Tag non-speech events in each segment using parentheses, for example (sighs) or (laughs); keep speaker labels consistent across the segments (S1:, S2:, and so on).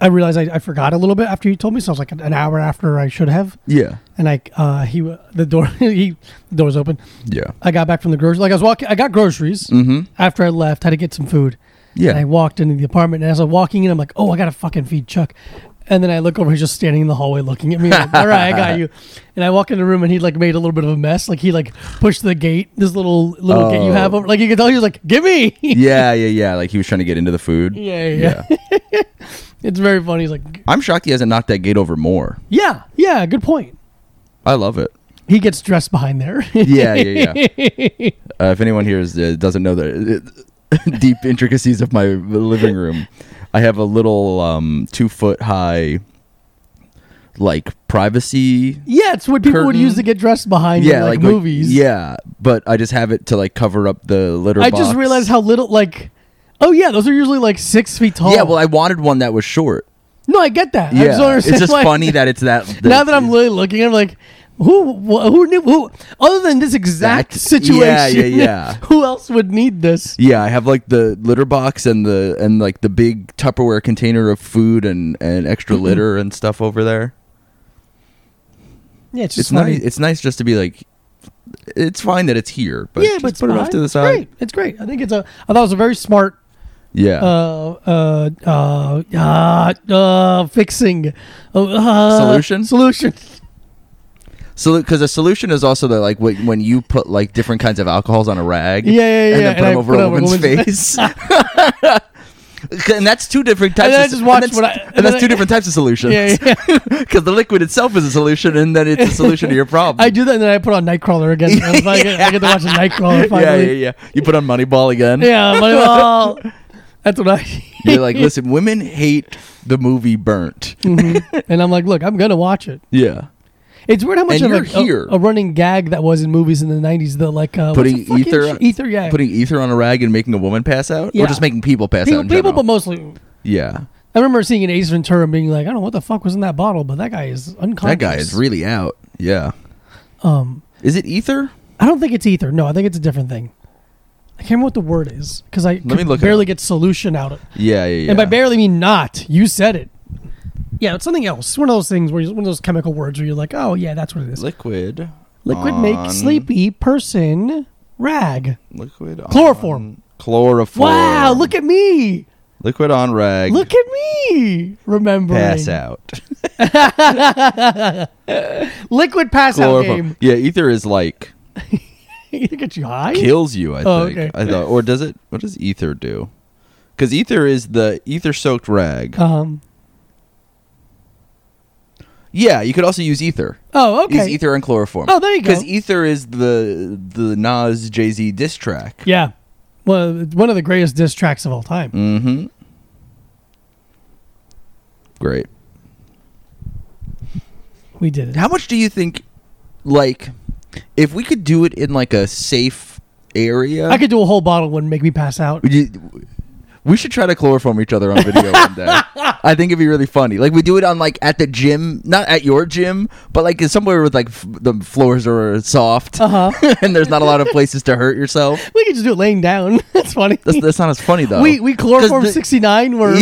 S1: I realized I, I forgot a little bit after you told me, so I was like an, an hour after I should have.
S2: Yeah.
S1: And I, uh, he, w- the door, (laughs) he, the door was open.
S2: Yeah.
S1: I got back from the grocery. Like I was walking, I got groceries
S2: Mhm.
S1: after I left. Had to get some food. And I
S2: Yeah.
S1: walked into the apartment, and as I'm walking in, I'm like, oh, I gotta fucking feed Chuck. And then I look over, he's just standing in the hallway looking at me. like, All right, I (laughs) got you. And I walk in the room, and he like made a little bit of a mess. Like he like pushed the gate, this little little gate you have over. Like you could tell he was like, give me. Oh. yeah,
S2: yeah. Yeah. Yeah. Like he was trying to get into the
S1: (laughs)
S2: food.
S1: yeah, yeah. it's very funny. He's like,
S2: I'm shocked he hasn't knocked that gate over more.
S1: yeah, yeah, good point.
S2: I love it.
S1: He gets dressed behind there. (laughs)
S2: Yeah. Yeah. Yeah. uh, if anyone here is, uh, doesn't know the uh, (laughs) deep intricacies of my living room, I have a little um, two foot high, like privacy
S1: yeah, it's what people would
S2: Curtain.
S1: use to get dressed behind. in, like, movies.
S2: yeah, but I just have it to like cover up the litter.
S1: I just
S2: box.
S1: realized how little like oh yeah, those are usually like six feet tall.
S2: Yeah, well, I wanted one that was short.
S1: no, I get that. I
S2: Yeah,
S1: just don't
S2: it's
S1: understand
S2: just
S1: why-
S2: funny that it's
S1: (laughs)
S2: that.
S1: now that I'm really looking, I'm like, who wh- who knew who other than this exact
S2: That-
S1: situation? (laughs)
S2: yeah, yeah, yeah.
S1: who else would need this?
S2: Yeah, I have like the litter box and the and like the big Tupperware container of food and and extra
S1: Mm-hmm.
S2: litter and stuff over there.
S1: Yeah, it's just
S2: It's
S1: funny.
S2: nice. It's nice just to be like. It's fine that it's here, but
S1: yeah,
S2: just
S1: but it's
S2: put it off
S1: fine.
S2: to the
S1: It's
S2: side.
S1: Great. It's great. I think it's a. I thought it was a very smart
S2: Yeah,
S1: uh, uh, uh, uh, uh, fixing uh, uh,
S2: Solution?
S1: Solution.
S2: so because the solution is also that like when when you put like different kinds of alcohols on a rag,
S1: Yeah, yeah, yeah.
S2: and then put them
S1: I
S2: over
S1: put
S2: a
S1: up
S2: woman's, face. (laughs) and that's two different types.
S1: And then I
S2: of,
S1: just watched
S2: and that's,
S1: what I-
S2: and
S1: and
S2: that's
S1: then
S2: two
S1: I-
S2: different types of solutions.
S1: (laughs)
S2: (laughs)
S1: yeah, yeah. (laughs)
S2: Because the liquid itself is a solution, and then it's a solution to your problem.
S1: I do that, and then I put on Nightcrawler again. I, was like, I get, I get to watch Nightcrawler
S2: (laughs) yeah,
S1: (laughs)
S2: yeah,
S1: finally.
S2: yeah. You put on Moneyball again.
S1: yeah, but well, that's what I. (laughs)
S2: You're like, listen, women hate the movie Burnt.
S1: Mm. Mm-hmm. and I'm like, look, I'm gonna watch it.
S2: Yeah.
S1: It's weird how much
S2: And
S1: of
S2: you're
S1: like, a,
S2: here.
S1: a running gag that was in movies in the '90s. The like uh, what's
S2: Putting
S1: the fucking
S2: ether-
S1: sh- ether, yeah,
S2: Putting ether on a rag and making a woman pass out,
S1: Yeah.
S2: or just making people pass out.
S1: people,
S2: In
S1: people,
S2: general?
S1: but mostly.
S2: yeah,
S1: I remember seeing an Ace Ventura and being like, I don't know what the fuck was in that bottle, but that guy is unconscious.
S2: that guy is really out. Yeah.
S1: Um,
S2: Is it ether?
S1: I don't think it's ether. No, I think it's a different thing. I can't remember what the word is because I
S2: me
S1: could
S2: look it
S1: barely
S2: up.
S1: get solution out of.
S2: Yeah, yeah, yeah.
S1: And by barely mean not. You said it. Yeah, it's something else. One of those things where you, one of those chemical words where you're like, oh yeah, that's what it is.
S2: liquid,
S1: Liquid make sleepy person rag.
S2: liquid on-
S1: Chloroform.
S2: chloroform.
S1: Wow, look at me.
S2: liquid on rag.
S1: Look at me. Remembering.
S2: pass out.
S1: Liquid pass out game. (laughs)
S2: Chloroform. Yeah, ether is like
S1: Look at you high.
S2: (laughs) kills you. I
S1: Oh,
S2: think.
S1: okay.
S2: I thought, or does it? What does ether do? Because ether is the ether-soaked rag.
S1: Um.
S2: yeah, you could also use ether.
S1: Oh, okay.
S2: Use ether and chloroform.
S1: Oh, there you go.
S2: Because ether is the the Nas Jay Z diss track.
S1: Yeah. Well, one of the greatest diss tracks of all time.
S2: Mm-hmm. Great.
S1: We did it.
S2: How much do you think, like, if we could do it in like a safe area?
S1: I could do a whole bottle wouldn't make me pass out.
S2: Would you- we should try to chloroform each other on video
S1: (laughs)
S2: one day. I think it'd be really funny. Like we do it on like at the gym, not at your gym, but like it's somewhere with like f- the floors are soft
S1: Uh-huh.
S2: (laughs) and there's not a lot of places to hurt yourself.
S1: We could just do it laying down. (laughs) That's funny.
S2: That's, that's not as funny though.
S1: We we chloroform
S2: 'Cause the-
S1: sixty nine.
S2: (laughs)
S1: We're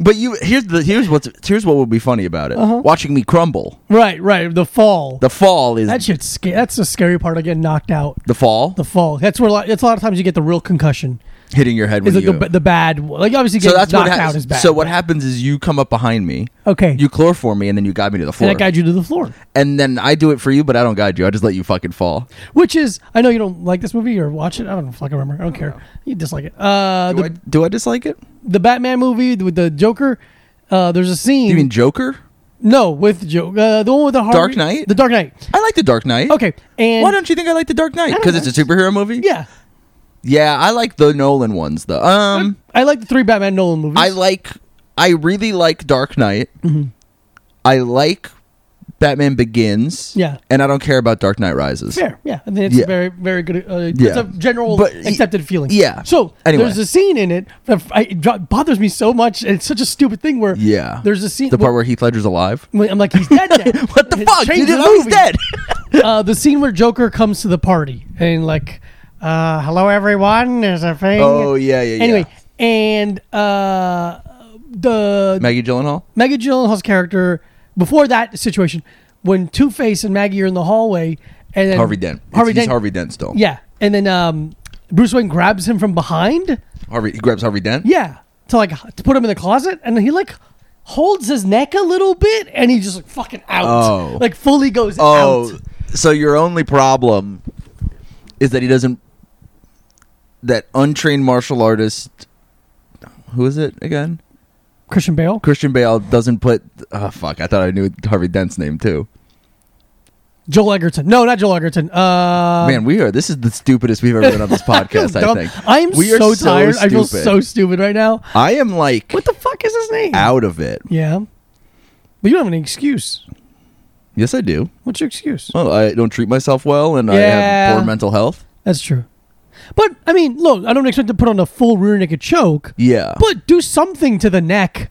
S2: But you here's the here's what's here's what would be funny about it.
S1: Uh-huh.
S2: Watching me crumble.
S1: right, right. The fall.
S2: The fall is
S1: that shit's sca- that's the scary part of getting knocked out.
S2: the fall
S1: The fall. That's where a lot, that's a lot of times you get the real concussion.
S2: hitting your head.
S1: It's
S2: When
S1: like
S2: you,
S1: the, ba- the bad. Like obviously
S2: so
S1: getting
S2: that's what
S1: knocked
S2: ha-
S1: out is bad.
S2: So what happens is you come up behind me,
S1: Okay.
S2: you chloroform me, and then you guide me to the floor.
S1: and I guide you to the floor.
S2: and then I do it for you, but I don't guide you. I just let you fucking fall.
S1: Which is, I know you don't like this movie or watch it. I don't fucking remember. I don't care. You dislike it. Uh,
S2: Oh, Do,
S1: the,
S2: I, do I dislike it?
S1: the Batman movie with the Joker. Uh, there's a scene.
S2: You mean Joker?
S1: no with Joker? Uh, the one with the Harvey,
S2: Dark Knight?
S1: The Dark Knight.
S2: I like the Dark Knight.
S1: Okay. And
S2: Why don't you think I like the Dark Knight?
S1: don't
S2: Because it's a superhero movie.
S1: yeah,
S2: Yeah, I like the Nolan ones though. Um,
S1: I like the three Batman Nolan movies.
S2: I like. I really like Dark Knight.
S1: Mm-hmm.
S2: I like Batman Begins.
S1: Yeah.
S2: And I don't care about Dark Knight Rises.
S1: Fair, yeah. I think it's
S2: Yeah.
S1: very, very good. Uh, It's
S2: Yeah.
S1: a general
S2: But-
S1: accepted feeling.
S2: yeah.
S1: So
S2: Anyway.
S1: there's a scene in it that I, it dro- bothers me so much. and It's such a stupid thing where
S2: Yeah.
S1: there's a scene.
S2: The part
S1: where,
S2: where Heath Ledger's alive.
S1: I'm like, he's dead. now.
S2: (laughs) What
S1: (laughs)
S2: the
S1: It
S2: fuck? You
S1: changed
S2: didn't
S1: the
S2: know he's
S1: movie.
S2: dead. (laughs)
S1: uh, the scene where Joker comes to the party and like, uh, hello everyone, there's a thing.
S2: Oh, yeah, yeah, yeah.
S1: Anyway, and uh, the
S2: Maggie Gyllenhaal.
S1: Maggie Gyllenhaal's character before that situation when Two Face and Maggie are in the hallway and then
S2: Harvey Dent. It's-
S1: Harvey
S2: he's
S1: Dent.
S2: Harvey Dent still.
S1: Yeah, and then um, Bruce Wayne grabs him from behind.
S2: Harvey. He grabs Harvey Dent.
S1: Yeah, to like h- to put him in the closet, and he like holds his neck a little bit, and he just like fucking out,
S2: Oh.
S1: like fully goes
S2: Oh,
S1: out.
S2: so your only problem is that he doesn't. That untrained martial artist. Who is it again?
S1: Christian Bale,
S2: Christian Bale doesn't put. Oh fuck! I thought I knew Harvey Dent's name too.
S1: Joel Egerton. No, not Joel Egerton. Uh,
S2: Man, we are. This is the stupidest we've ever been
S1: (laughs)
S2: on this podcast. I
S1: dumb.
S2: think
S1: I'm
S2: we
S1: so tired. I feel so stupid right now.
S2: I am like
S1: What the fuck is his name?
S2: out of it.
S1: Yeah, but you don't have any excuse.
S2: Yes, I do.
S1: What's your excuse?
S2: Well, I don't treat myself well, and I
S1: Yeah.
S2: have poor mental health.
S1: That's true. But I mean, look, I don't expect to put on a full rear naked choke.
S2: Yeah,
S1: But do something to the neck.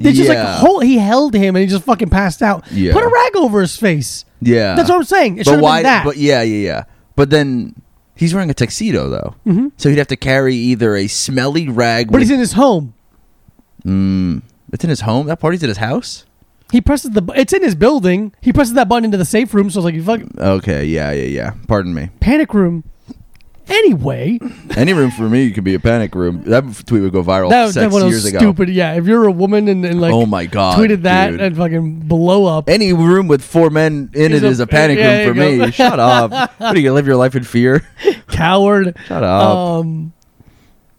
S1: They just
S2: Yeah.
S1: like hold, he held him and he just fucking passed out.
S2: Yeah.
S1: Put a rag over his face.
S2: yeah.
S1: That's what I'm saying. It should
S2: but
S1: have
S2: why?
S1: been that.
S2: But yeah, yeah, yeah. But then he's wearing a tuxedo though, mm-hmm. so he'd have to carry either a smelly rag.
S1: but
S2: with-
S1: he's in his home.
S2: it's in his home. That party's at his house.
S1: He presses the. bu- It's in his building. He presses that button into the safe room. So it's like you fucking
S2: Okay. Yeah, yeah, yeah. Pardon me.
S1: panic room. Anyway,
S2: Any room for me could be a panic room. That tweet would go viral
S1: that,
S2: six
S1: that one
S2: years
S1: was
S2: ago.
S1: stupid. Yeah, if you're a woman and, and like
S2: Oh my God,
S1: tweeted that
S2: dude. Eh.
S1: and fucking blow up.
S2: Any room with four men in
S1: Is
S2: it
S1: a-
S2: is a panic
S1: yeah,
S2: room for
S1: there you go.
S2: me.
S1: (laughs)
S2: Shut up. What are you gonna live your life in fear?
S1: Coward.
S2: Shut up.
S1: Um,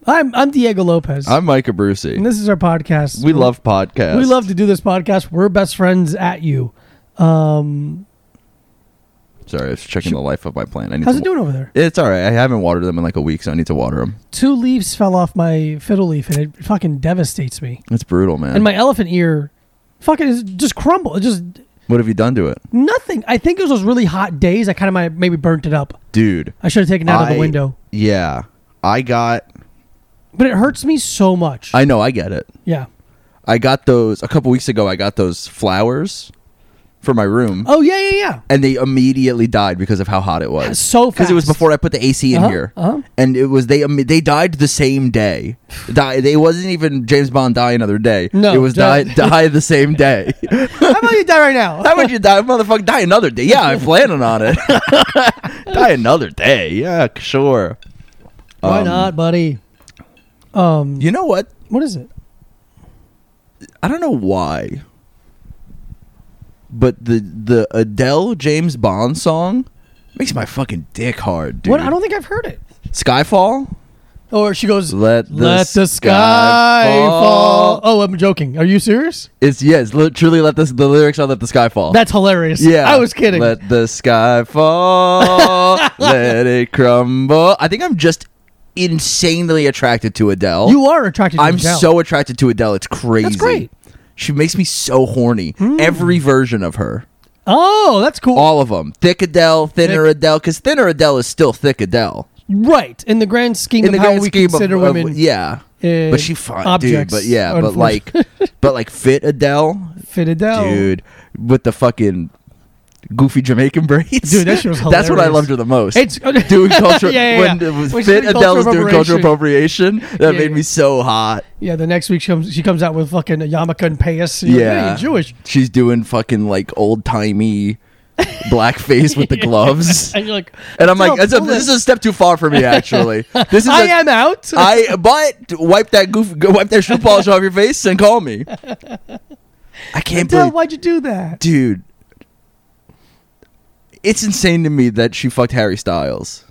S1: I'm I'm Diego Lopez.
S2: I'm Micah Brucey.
S1: and this is our podcast.
S2: We love podcasts.
S1: We love to do this podcast. We're best friends at you. Um,
S2: Sorry, I was checking the life of my plant. I need
S1: how's
S2: to
S1: it doing over there?
S2: It's all right. I haven't watered them in like a week, so I need to water them.
S1: Two leaves fell off my fiddle leaf, and it fucking devastates me.
S2: It's brutal, man.
S1: And my elephant ear, fucking, is just crumble. It just
S2: what have you done to it,
S1: nothing. I think it was those really hot days. I kind of might maybe burnt it up.
S2: dude?
S1: I should have taken it out of
S2: I-
S1: the window.
S2: Yeah, I got.
S1: But it hurts me so much.
S2: I know. I get it.
S1: yeah.
S2: I got those a couple weeks ago. I got those flowers for my room,
S1: Oh yeah, yeah, yeah.
S2: and they immediately died because of how hot it was.
S1: So
S2: because it was
S1: fast.
S2: before I put the AC in
S1: Uh-huh,
S2: here,
S1: uh-huh.
S2: and it was they um, they died the same day. Die. They wasn't even James Bond die another day.
S1: No,
S2: it was
S1: (laughs)
S2: die
S1: just-
S2: die the
S1: (laughs)
S2: same day.
S1: How about you die right
S2: (laughs)
S1: now?
S2: How would you die, motherfucker? Die another day. Yeah, I'm planning on it. (laughs) die another day. Yeah, sure.
S1: Why
S2: Um,
S1: not, buddy? Um,
S2: You know what?
S1: what is it?
S2: I don't know why, but the the Adele James Bond song makes my fucking dick hard, dude.
S1: What? I don't think I've heard it.
S2: Skyfall.
S1: Or she goes,
S2: Let the
S1: sky
S2: sky fall."
S1: Oh, I'm joking. Are you serious?
S2: It's yes, li- truly. Let this the lyrics are let the sky fall.
S1: That's hilarious.
S2: yeah,
S1: I was kidding.
S2: Let the sky fall,
S1: (laughs)
S2: let it crumble. I think I'm just insanely attracted to Adele.
S1: you are attracted to
S2: I'm
S1: Adele.
S2: so attracted to Adele. It's crazy.
S1: great. Hmm.
S2: She makes me so horny. Every version of her.
S1: Oh, that's cool.
S2: All of them. Thick Adele, thinner Adele, because thinner Adele is still thick Adele.
S1: right. In the grand scheme
S2: In
S1: of
S2: the
S1: how
S2: grand
S1: we
S2: scheme of-
S1: consider
S2: of,
S1: women.
S2: yeah.
S1: uh,
S2: But she fine, dude.
S1: objects,
S2: But yeah, but like,
S1: unfortunately.
S2: but like
S1: (laughs)
S2: fit Adele,
S1: Fit Adele.
S2: dude, with the fucking goofy Jamaican braids.
S1: Dude, that shit was
S2: (laughs) That's what I
S1: hilarious.
S2: loved her the most.
S1: It's
S2: (laughs) doing culture
S1: (laughs) yeah, yeah,
S2: when
S1: yeah.
S2: it was
S1: When she's
S2: fit
S1: doing
S2: Adele was
S1: cultural
S2: doing cultural appropriation. That
S1: Yeah,
S2: made
S1: yeah.
S2: me so hot.
S1: yeah, the next week she comes she comes out with fucking a yarmulke and payas. You're like,
S2: Yeah,
S1: "Hey,
S2: (laughs)
S1: Jewish.
S2: She's doing fucking like
S1: (laughs)
S2: old timey blackface with the gloves,
S1: And you're like
S2: and I'm like,
S1: "Adele,
S2: that's a,
S1: pull
S2: this is
S1: it."
S2: a step too far for
S1: (laughs)
S2: me. Actually, this is
S1: I
S2: a-
S1: am out.
S2: (laughs) I but wipe that goof, go wipe that shoe polish off your face and call me. I can't
S1: Adele,
S2: believe,
S1: why'd you do that?
S2: dude. It's insane to me that she fucked Harry Styles.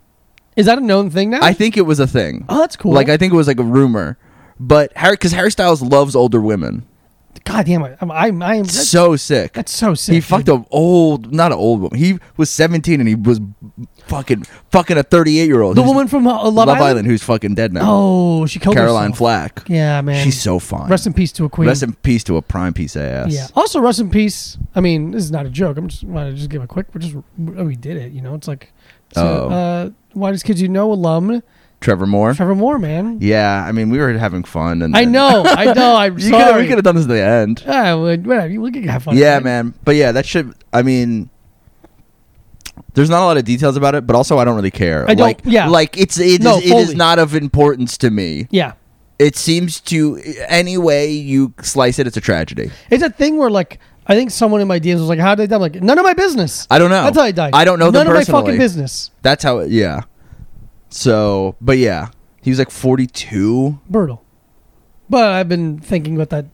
S1: Is that a known thing now?
S2: I think it was a thing.
S1: Oh, that's cool.
S2: Like I think it was like a rumor, but Harry because Harry Styles loves older women.
S1: God damn it. I'm I'm, I'm that's,
S2: so sick.
S1: that's so sick.
S2: He fucked
S1: dude.
S2: an old, not an old woman. He was seventeen and he was fucking fucking a thirty eight year old.
S1: the woman from uh, Love,
S2: Love,
S1: Island.
S2: Island? who's fucking dead now.
S1: Oh, she killed
S2: Caroline
S1: herself.
S2: Flack.
S1: Yeah, man.
S2: She's so fine.
S1: Rest in peace to a queen.
S2: Rest in peace to a prime piece of ass.
S1: Yeah. Also, rest in peace. I mean, this is not a joke. I'm just want to just give a quick. We're just oh, we did it. You know, it's like, so,
S2: Oh.
S1: uh, why does kids you know alum
S2: Trevor Moore.
S1: Trevor Moore, man?
S2: yeah, I mean we were having fun and
S1: I
S2: then- (laughs)
S1: know, I know. I'm
S2: You coulda-
S1: sorry.
S2: we could have done this at the end.
S1: Ah, well, whatever. We can have fun.
S2: yeah,
S1: right?
S2: man. But yeah, that should. I mean, there's not a lot of details about it, but also I don't really care.
S1: I don't-
S2: like,
S1: yeah.
S2: Like it's it is
S1: No,
S2: it is
S1: fully.
S2: not of importance to me.
S1: Yeah.
S2: It seems to any way you slice it, it's a tragedy.
S1: It's a thing where like I think someone in my DMs was like, "How did they die?" I'm like, "None of my business."
S2: I don't know.
S1: That's how I died.
S2: I don't know them
S1: None of my
S2: personally.
S1: fucking business.
S2: That's how. It, yeah. So, but yeah, he was like forty-two.
S1: Brutal. But I've been thinking about that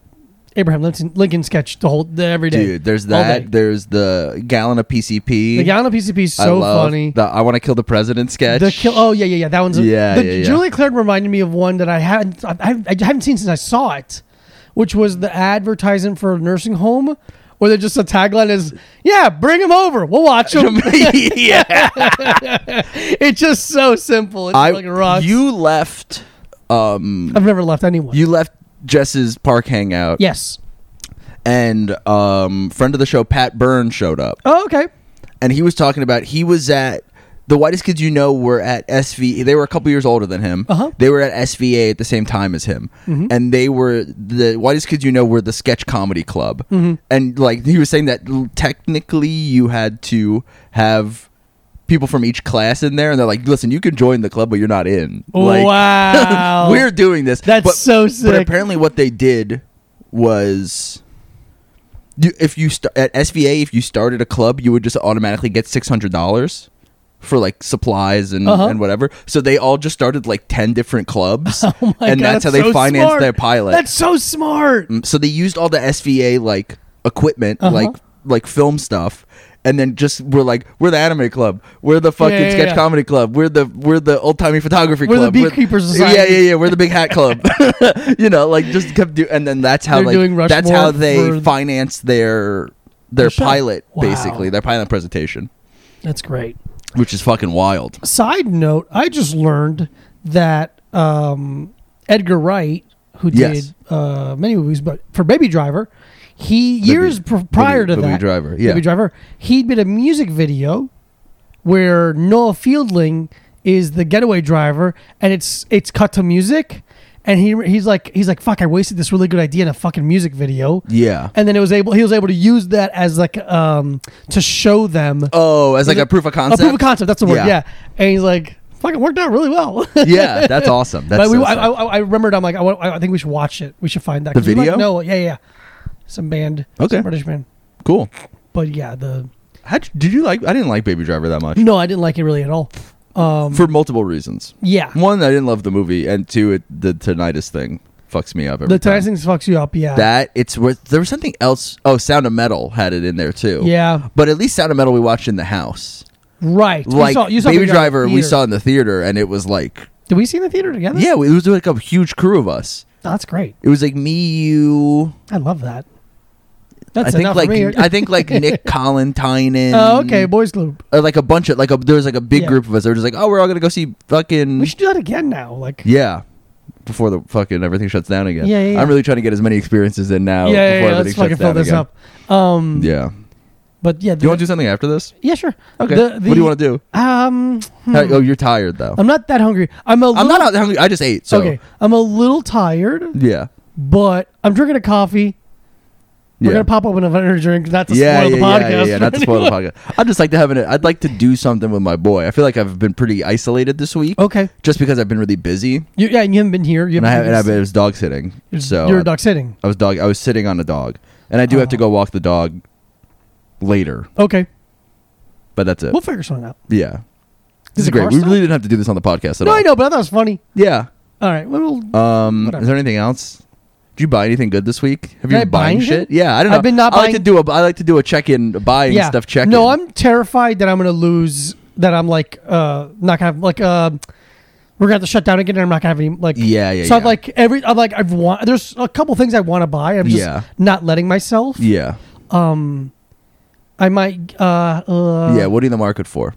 S1: Abraham Lincoln, Lincoln sketch the whole the, every day.
S2: Dude, there's
S1: All day.
S2: that. There's the gallon of PCP.
S1: the Gallon of PCP is
S2: I
S1: so
S2: love
S1: funny.
S2: The I want to kill the president sketch.
S1: The kill. Oh yeah, yeah, yeah. That one's. a-
S2: Yeah,
S1: the,
S2: yeah, yeah.
S1: Julia Clerk reminded me of one that I hadn't. I, I, I haven't seen since I saw it, which was the advertisement for a nursing home, where they just a tagline is, "Yeah, bring him over. We'll watch
S2: (laughs)
S1: him."
S2: (laughs)
S1: (laughs)
S2: yeah.
S1: it's just so simple. It's
S2: I,
S1: like rocks.
S2: you left. Um,
S1: I've never left anyone.
S2: you left Jess's park hangout.
S1: yes.
S2: and um, friend of the show Pat Byrne showed up,
S1: Oh, okay.
S2: and he was talking about he was at the whitest kids you know were at SV. They were a couple years older than him.
S1: Uh-huh. Mm-hmm.
S2: They were at SVA at the same time as him, and they were the whitest kids you know were the sketch comedy club,
S1: Mm-hmm.
S2: and like he was saying that l- technically you had to have. People from each class in there, and they're like, "Listen, you can join the club, but you're not in." Like, (laughs)
S1: wow.
S2: we're doing this.
S1: That's
S2: but,
S1: so
S2: But
S1: sick.
S2: apparently, what they did was, you, if you st- at SVA, if you started a club, you would just automatically get six hundred dollars for like supplies and,
S1: Uh-huh.
S2: and whatever. So they all just started like ten different
S1: (laughs)
S2: clubs,
S1: Oh my God,
S2: and that's how they
S1: so
S2: financed
S1: smart.
S2: their pilot.
S1: That's so smart.
S2: Um, so they used all the SVA like equipment,
S1: Uh-huh.
S2: like like film stuff, and then just we're like we're the anime club, we're the fucking
S1: yeah,
S2: sketch
S1: yeah.
S2: comedy club, we're the we're the old timey photography
S1: We're the
S2: club,
S1: Beekeepers
S2: yeah,
S1: Society.
S2: yeah, yeah, we're the big
S1: (laughs)
S2: hat club, (laughs) you know, like just kept do, and then that's how
S1: They're
S2: like
S1: doing
S2: that's
S1: Rushmore
S2: how they
S1: for-
S2: finance their their
S1: The show.
S2: pilot
S1: Wow.
S2: basically their pilot presentation,
S1: That's great.
S2: which is fucking wild.
S1: Side note: I just learned that um, Edgar Wright, who
S2: Yes.
S1: did uh, many movies, but for Baby Driver, he years pr- prior to
S2: Baby- Baby
S1: that,
S2: Driver, yeah.
S1: Baby Driver, he did a music video where Noah Fielding is the getaway driver, and it's it's cut to music, and he he's like he's like fuck, I wasted this really good idea in a fucking music video.
S2: Yeah.
S1: And then it was able he was able to use that as like um to show them
S2: Oh, as like
S1: was
S2: a
S1: it-
S2: proof
S1: a
S2: of concept.
S1: proof of concept. That's the word.
S2: Yeah.
S1: Yeah. And he's like, "Fucking worked out really well." (laughs)
S2: yeah, that's awesome. That's
S1: But we,
S2: so
S1: I,
S2: sick.
S1: I, I remembered. I'm like, I, wa- I think we should watch it. We should find that.
S2: The
S1: 'Cause we
S2: video?
S1: might know it. yeah, yeah, yeah. Some band.
S2: Okay.
S1: Some British band.
S2: cool.
S1: But yeah, the
S2: How did you like? I didn't like Baby Driver that much.
S1: no, I didn't like it really at all. Um,
S2: for multiple reasons.
S1: yeah,
S2: One, I didn't love the movie, and two, it, the tinnitus thing fucks me up every
S1: the
S2: time.
S1: Titanic thing fucks you up. Yeah,
S2: That it's worth. There was something else. Oh, Sound of Metal had it in there too.
S1: Yeah.
S2: but at least Sound of Metal we watched in the house.
S1: right. We
S2: Like
S1: saw- you saw
S2: Baby
S1: Baby
S2: Driver,
S1: in the
S2: we
S1: theater.
S2: saw in the theater, and it was like,
S1: Did we see it in the theater together? Oh,
S2: yeah, it was like a huge crew of us.
S1: that's great.
S2: It was like me, you.
S1: I love that. That's
S2: I think
S1: enough
S2: like
S1: for me.
S2: I think like Nick Collentine
S1: (laughs)
S2: and
S1: oh, okay, boys' club.
S2: or, like a bunch of like a there was like a big
S1: Yeah.
S2: group of us. They were just like, oh, we're all gonna go see fucking
S1: We should do that again now. Like,
S2: Yeah. Before the fucking everything shuts down again.
S1: Yeah, yeah, yeah.
S2: I'm really trying to get as many experiences in now
S1: yeah, yeah,
S2: before
S1: yeah,
S2: everything
S1: let's fucking
S2: shuts
S1: fill
S2: down
S1: this
S2: again.
S1: up. Um,
S2: Yeah.
S1: but yeah,
S2: Do you want to do something after this?
S1: Yeah, sure.
S2: Okay. what do you want to do?
S1: to? Um, hmm.
S2: Hey, Oh, you're tired though.
S1: I'm not that hungry. I'm a. Little,
S2: I'm not out hungry. I just ate. So
S1: Okay, I'm a little tired,
S2: yeah.
S1: but I'm drinking a coffee. We're
S2: Yeah.
S1: gonna pop open an energy drink. Not to
S2: yeah,
S1: spoil
S2: yeah,
S1: the podcast.
S2: yeah, yeah, yeah,
S1: for
S2: not to spoil
S1: (laughs)
S2: the
S1: anyone.
S2: podcast. I'd just like to have an. I'd like to do something with my boy. I feel like I've been pretty isolated this week,
S1: Okay.
S2: just because I've been really busy,
S1: You, yeah, and you haven't been here. You
S2: and I
S1: haven't
S2: have, and
S1: been-
S2: I've been, I was dog sitting.
S1: you're-
S2: So
S1: you're
S2: I-
S1: a dog sitting.
S2: I was dog. I was sitting on a dog, and I do have to
S1: Oh.
S2: go walk the dog later.
S1: Okay,
S2: But that's it.
S1: we'll figure something out.
S2: Yeah. This
S1: Is
S2: is
S1: it
S2: great.
S1: car
S2: We
S1: style?
S2: really didn't have to do this on the podcast at
S1: No,
S2: all.
S1: I know, but I thought it was funny.
S2: Yeah.
S1: All right, well, we'll
S2: Um,
S1: Whatever.
S2: is there anything else? Did you buy anything good this week? Have you
S1: Did I
S2: been
S1: buy
S2: buying
S1: anything?
S2: shit? Yeah, I don't know.
S1: I've been not
S2: I like
S1: buying-
S2: to do a I like to do a check in buying
S1: yeah.
S2: stuff check.
S1: No, I'm terrified that I'm gonna lose. That I'm like uh not gonna have like uh we're gonna have to shut down again. and I'm not gonna have any like
S2: Yeah, yeah,
S1: So I'm
S2: yeah.
S1: like every I'm like I've want there's a couple things I want to buy. I'm just
S2: Yeah.
S1: not letting myself.
S2: Yeah.
S1: Um, I might. Uh, uh,
S2: yeah. What are you in the market for?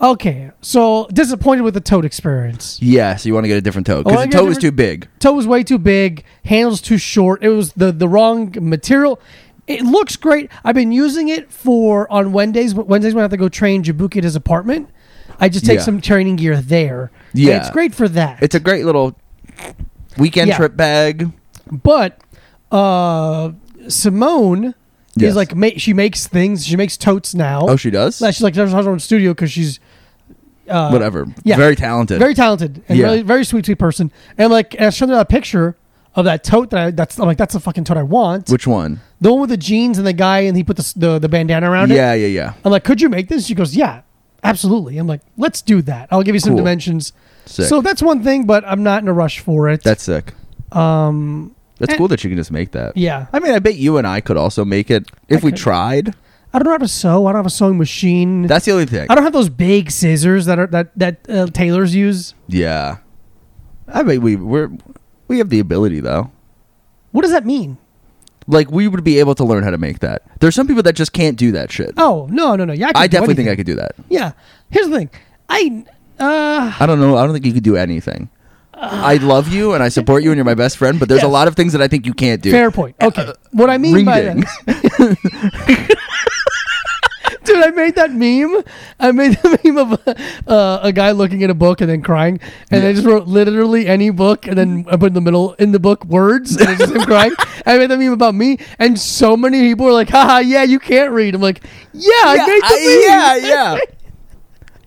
S1: Okay, so disappointed with the toad experience.
S2: Yeah. So you want to get a different toe
S1: Oh,
S2: because
S1: I
S2: the
S1: got
S2: toe was
S1: different-
S2: too big.
S1: toe was way too big handles too short it was the the wrong material it looks great i've been using it for on wednesdays wednesdays when i have to go train jabuki at his apartment i just take
S2: Yeah.
S1: some training gear there And
S2: Yeah.
S1: it's great for that
S2: It's a great little weekend
S1: Yeah.
S2: trip bag.
S1: but uh simone
S2: Yes.
S1: is like ma- she makes things she makes totes now
S2: Oh, she does.
S1: Like, she's like does her own studio because she's uh,
S2: whatever.
S1: yeah.
S2: Very talented.
S1: very talented and
S2: Yeah.
S1: really very sweet, sweet person. And like, and I showed her that picture of that tote that I that's I'm like that's the fucking tote I want.
S2: Which one?
S1: the one with the jeans and the guy and he put the s- the, the bandana around it.
S2: Yeah, yeah, yeah.
S1: I'm like, could you make this? She goes, yeah, absolutely. I'm like, let's do that. I'll give you some
S2: Cool.
S1: dimensions.
S2: Sick.
S1: So that's one thing, but I'm not in a rush for it.
S2: That's sick.
S1: um,
S2: That's
S1: Eh.
S2: cool that you can just make that.
S1: yeah.
S2: I mean, I bet you and I could also make it if
S1: I
S2: we
S1: could.
S2: tried.
S1: I don't know how to sew. I don't have a sewing machine.
S2: That's the only thing.
S1: I don't have those big scissors that are that that uh, tailors use.
S2: Yeah. I mean, we we're we have the ability though.
S1: What does that mean?
S2: Like we would be able to learn how to make that. There's some people that just can't do that shit.
S1: Oh no no no! Yeah, I,
S2: I definitely think I could do that.
S1: I. Yeah, here's the thing. I uh
S2: I don't know. I don't think you could do anything. I love you and I support you and you're my best friend, but there's
S1: Yes.
S2: a lot of things that I think you can't do.
S1: fair point.
S2: Uh,
S1: Okay, what I mean by
S2: Reading.
S1: that, dude, I made that meme. I made the (laughs) meme of uh, a guy looking at a book and then crying, and I just wrote literally any book, and then I put in the middle in the book words, and it's just him
S2: (laughs)
S1: crying. I made that meme about me, and so many people were like, "Haha, yeah, you can't read." I'm like, "Yeah, I made the meme."
S2: I- yeah, yeah.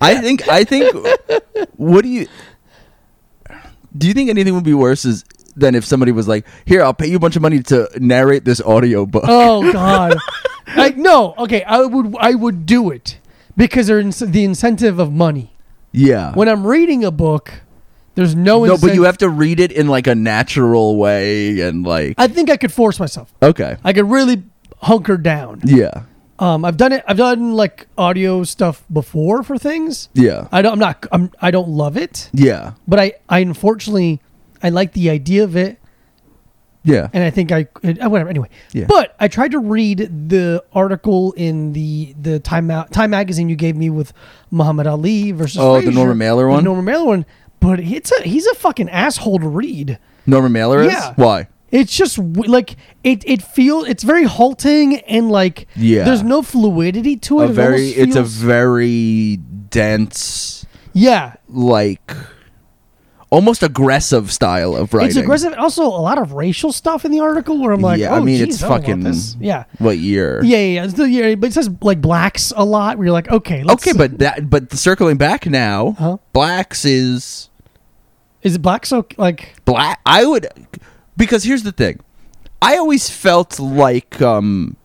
S2: I think I think what do you do you think anything would be worse is than if somebody was like, "Here, I'll pay you a bunch of money to narrate this audio book."
S1: (laughs) Oh God! like no, okay. I would I would do it because there's the incentive of money.
S2: yeah.
S1: When I'm reading a book, there's no
S2: no,
S1: incentive.
S2: but you have to read it in like a natural way and like
S1: I think I could force myself.
S2: Okay.
S1: I could really hunker down.
S2: Yeah.
S1: Um, I've done it. I've done like audio stuff before for things.
S2: Yeah.
S1: I don't. I'm not. I'm. I don't love it,
S2: yeah.
S1: but I. I unfortunately, I like the idea of it.
S2: Yeah.
S1: and I think I could- uh, whatever anyway.
S2: Yeah.
S1: But I tried to read the article in the the Time Ma- Time magazine you gave me with Muhammad Ali versus
S2: Oh, the
S1: Frazier,
S2: Norman Mailer one?
S1: The Norman Mailer one, but it's a he's a fucking asshole to read.
S2: Norman Mailer is?
S1: Yeah.
S2: Why?
S1: It's just w- like it. It feels it's very halting and like
S2: Yeah.
S1: There's no fluidity to it.
S2: A
S1: It
S2: very
S1: almost
S2: it's a
S1: feels-
S2: very dense
S1: yeah.
S2: like almost aggressive style of writing.
S1: It's aggressive. Also, a lot of racial stuff in the article where I'm like,
S2: Yeah,
S1: oh,
S2: I mean,
S1: geez,
S2: it's
S1: I don't want
S2: fucking-
S1: this. yeah.
S2: What year?
S1: Yeah, yeah, yeah. It's the- yeah, But it says like blacks a lot. Where you're like, okay, let's,
S2: Okay, but that but circling back now,
S1: Huh?
S2: blacks is
S1: Is it black so like
S2: black. I would because here's the thing. I always felt like um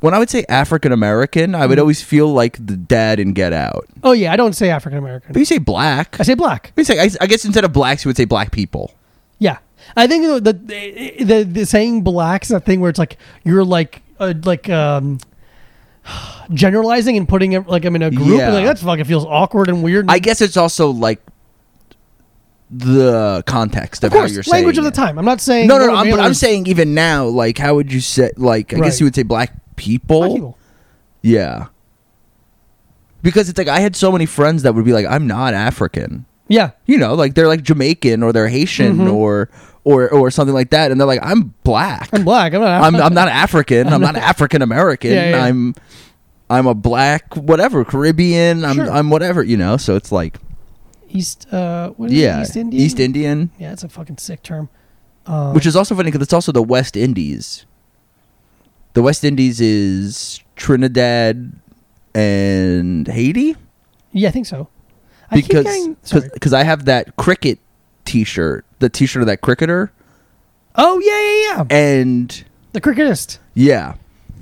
S2: when I would say African American,
S1: Mm-hmm.
S2: I would always feel like the dad in Get Out.
S1: oh yeah, I don't say African American.
S2: But you say black.
S1: I Mm-hmm. say black.
S2: You say, I, I guess instead of blacks, you would say black people.
S1: Yeah. I think the the, the, the saying black's that thing where it's like you're like uh, like um generalizing and putting it like I'm in a group
S2: Yeah.
S1: and like that's fucking feels awkward and weird.
S2: I guess it's also like the context of,
S1: of course,
S2: how you're saying
S1: language of the
S2: it.
S1: time. I'm not saying
S2: No, no, no.
S1: Norman
S2: I'm, but
S1: Mailer
S2: I'm
S1: is
S2: saying even now, like, how would you say, like, I
S1: Right.
S2: guess you would say black people?
S1: black people.
S2: Yeah. Because it's like, I had so many friends that would be like, I'm not African.
S1: Yeah.
S2: You know, like, they're like Jamaican or they're Haitian
S1: Mm-hmm.
S2: or, or, or something like that. And they're like, I'm black.
S1: I'm black. I'm not
S2: I'm, I'm not African.
S1: (laughs)
S2: I'm, not, African American.
S1: Yeah, yeah.
S2: I'm I'm a black whatever Caribbean. I'm
S1: Sure.
S2: I'm whatever you know. So it's like
S1: East uh what is
S2: yeah,
S1: it? East Indian? Uh.
S2: East Indian,
S1: Yeah, that's a fucking sick term.
S2: which is also funny because it's also the West Indies. The West Indies is Trinidad and Haiti
S1: Yeah, I think so. I keep
S2: because
S1: getting sorry.
S2: because I have that cricket T-shirt, the T-shirt of that cricketer,
S1: Oh yeah, yeah, yeah.
S2: and
S1: The cricketist.
S2: Yeah.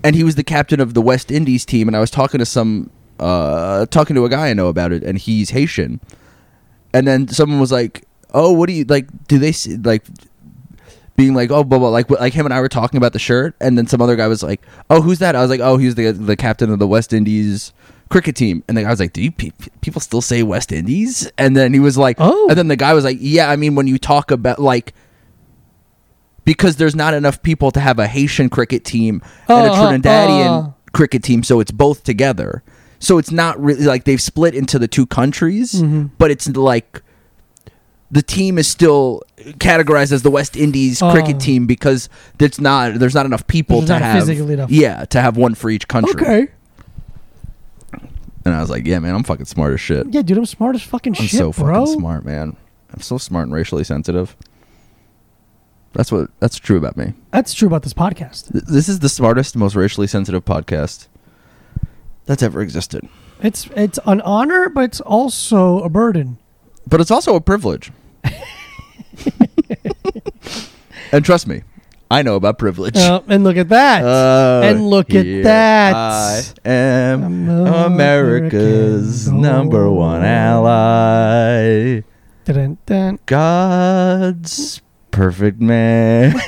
S2: And he was the captain of the West Indies team and I was talking to some uh talking to a guy I know about it and he's Haitian. And then someone was like, "Oh, what do you like do they see, like being like, "Oh, blah blah," like like him and I were talking about the shirt and then some other guy was like, "Oh, who's that?" I was like, "Oh, he's the the captain of the West Indies cricket team." And the guy was like, "Do you pe- people still say West Indies?" And then he was like,
S1: Oh.
S2: and then the guy was like, "Yeah, I mean when you talk about like because there's not enough people to have a Haitian cricket team and a
S1: Uh-huh,
S2: Trinidadian
S1: uh.
S2: cricket team, so it's both together. So it's not really like they've split into the two countries,
S1: Mm-hmm.
S2: but it's like the team is still categorized as the West Indies
S1: Oh.
S2: cricket team because it's not there's not enough people
S1: There's
S2: to
S1: not
S2: have
S1: physically enough.
S2: yeah to have one for each country.
S1: Okay.
S2: And I was like, yeah, man, I'm fucking smart as shit.
S1: Yeah, dude, I'm smart as fucking
S2: I'm
S1: shit,
S2: so fucking
S1: bro.
S2: smart, man. I'm so smart and racially sensitive. That's what that's true about me.
S1: That's true about this podcast.
S2: Th- This is the smartest, most racially sensitive podcast that's ever existed.
S1: It's it's an honor, but it's also a burden.
S2: But it's also
S1: (laughs)
S2: a privilege. and trust me, I know about privilege.
S1: Uh, and look at that.
S2: Oh,
S1: and look at
S2: yeah.
S1: that.
S2: I am
S1: I'm
S2: America's
S1: American
S2: number one
S1: gold.
S2: ally.
S1: Dun, dun. (laughs)
S2: God's perfect man.
S1: (laughs)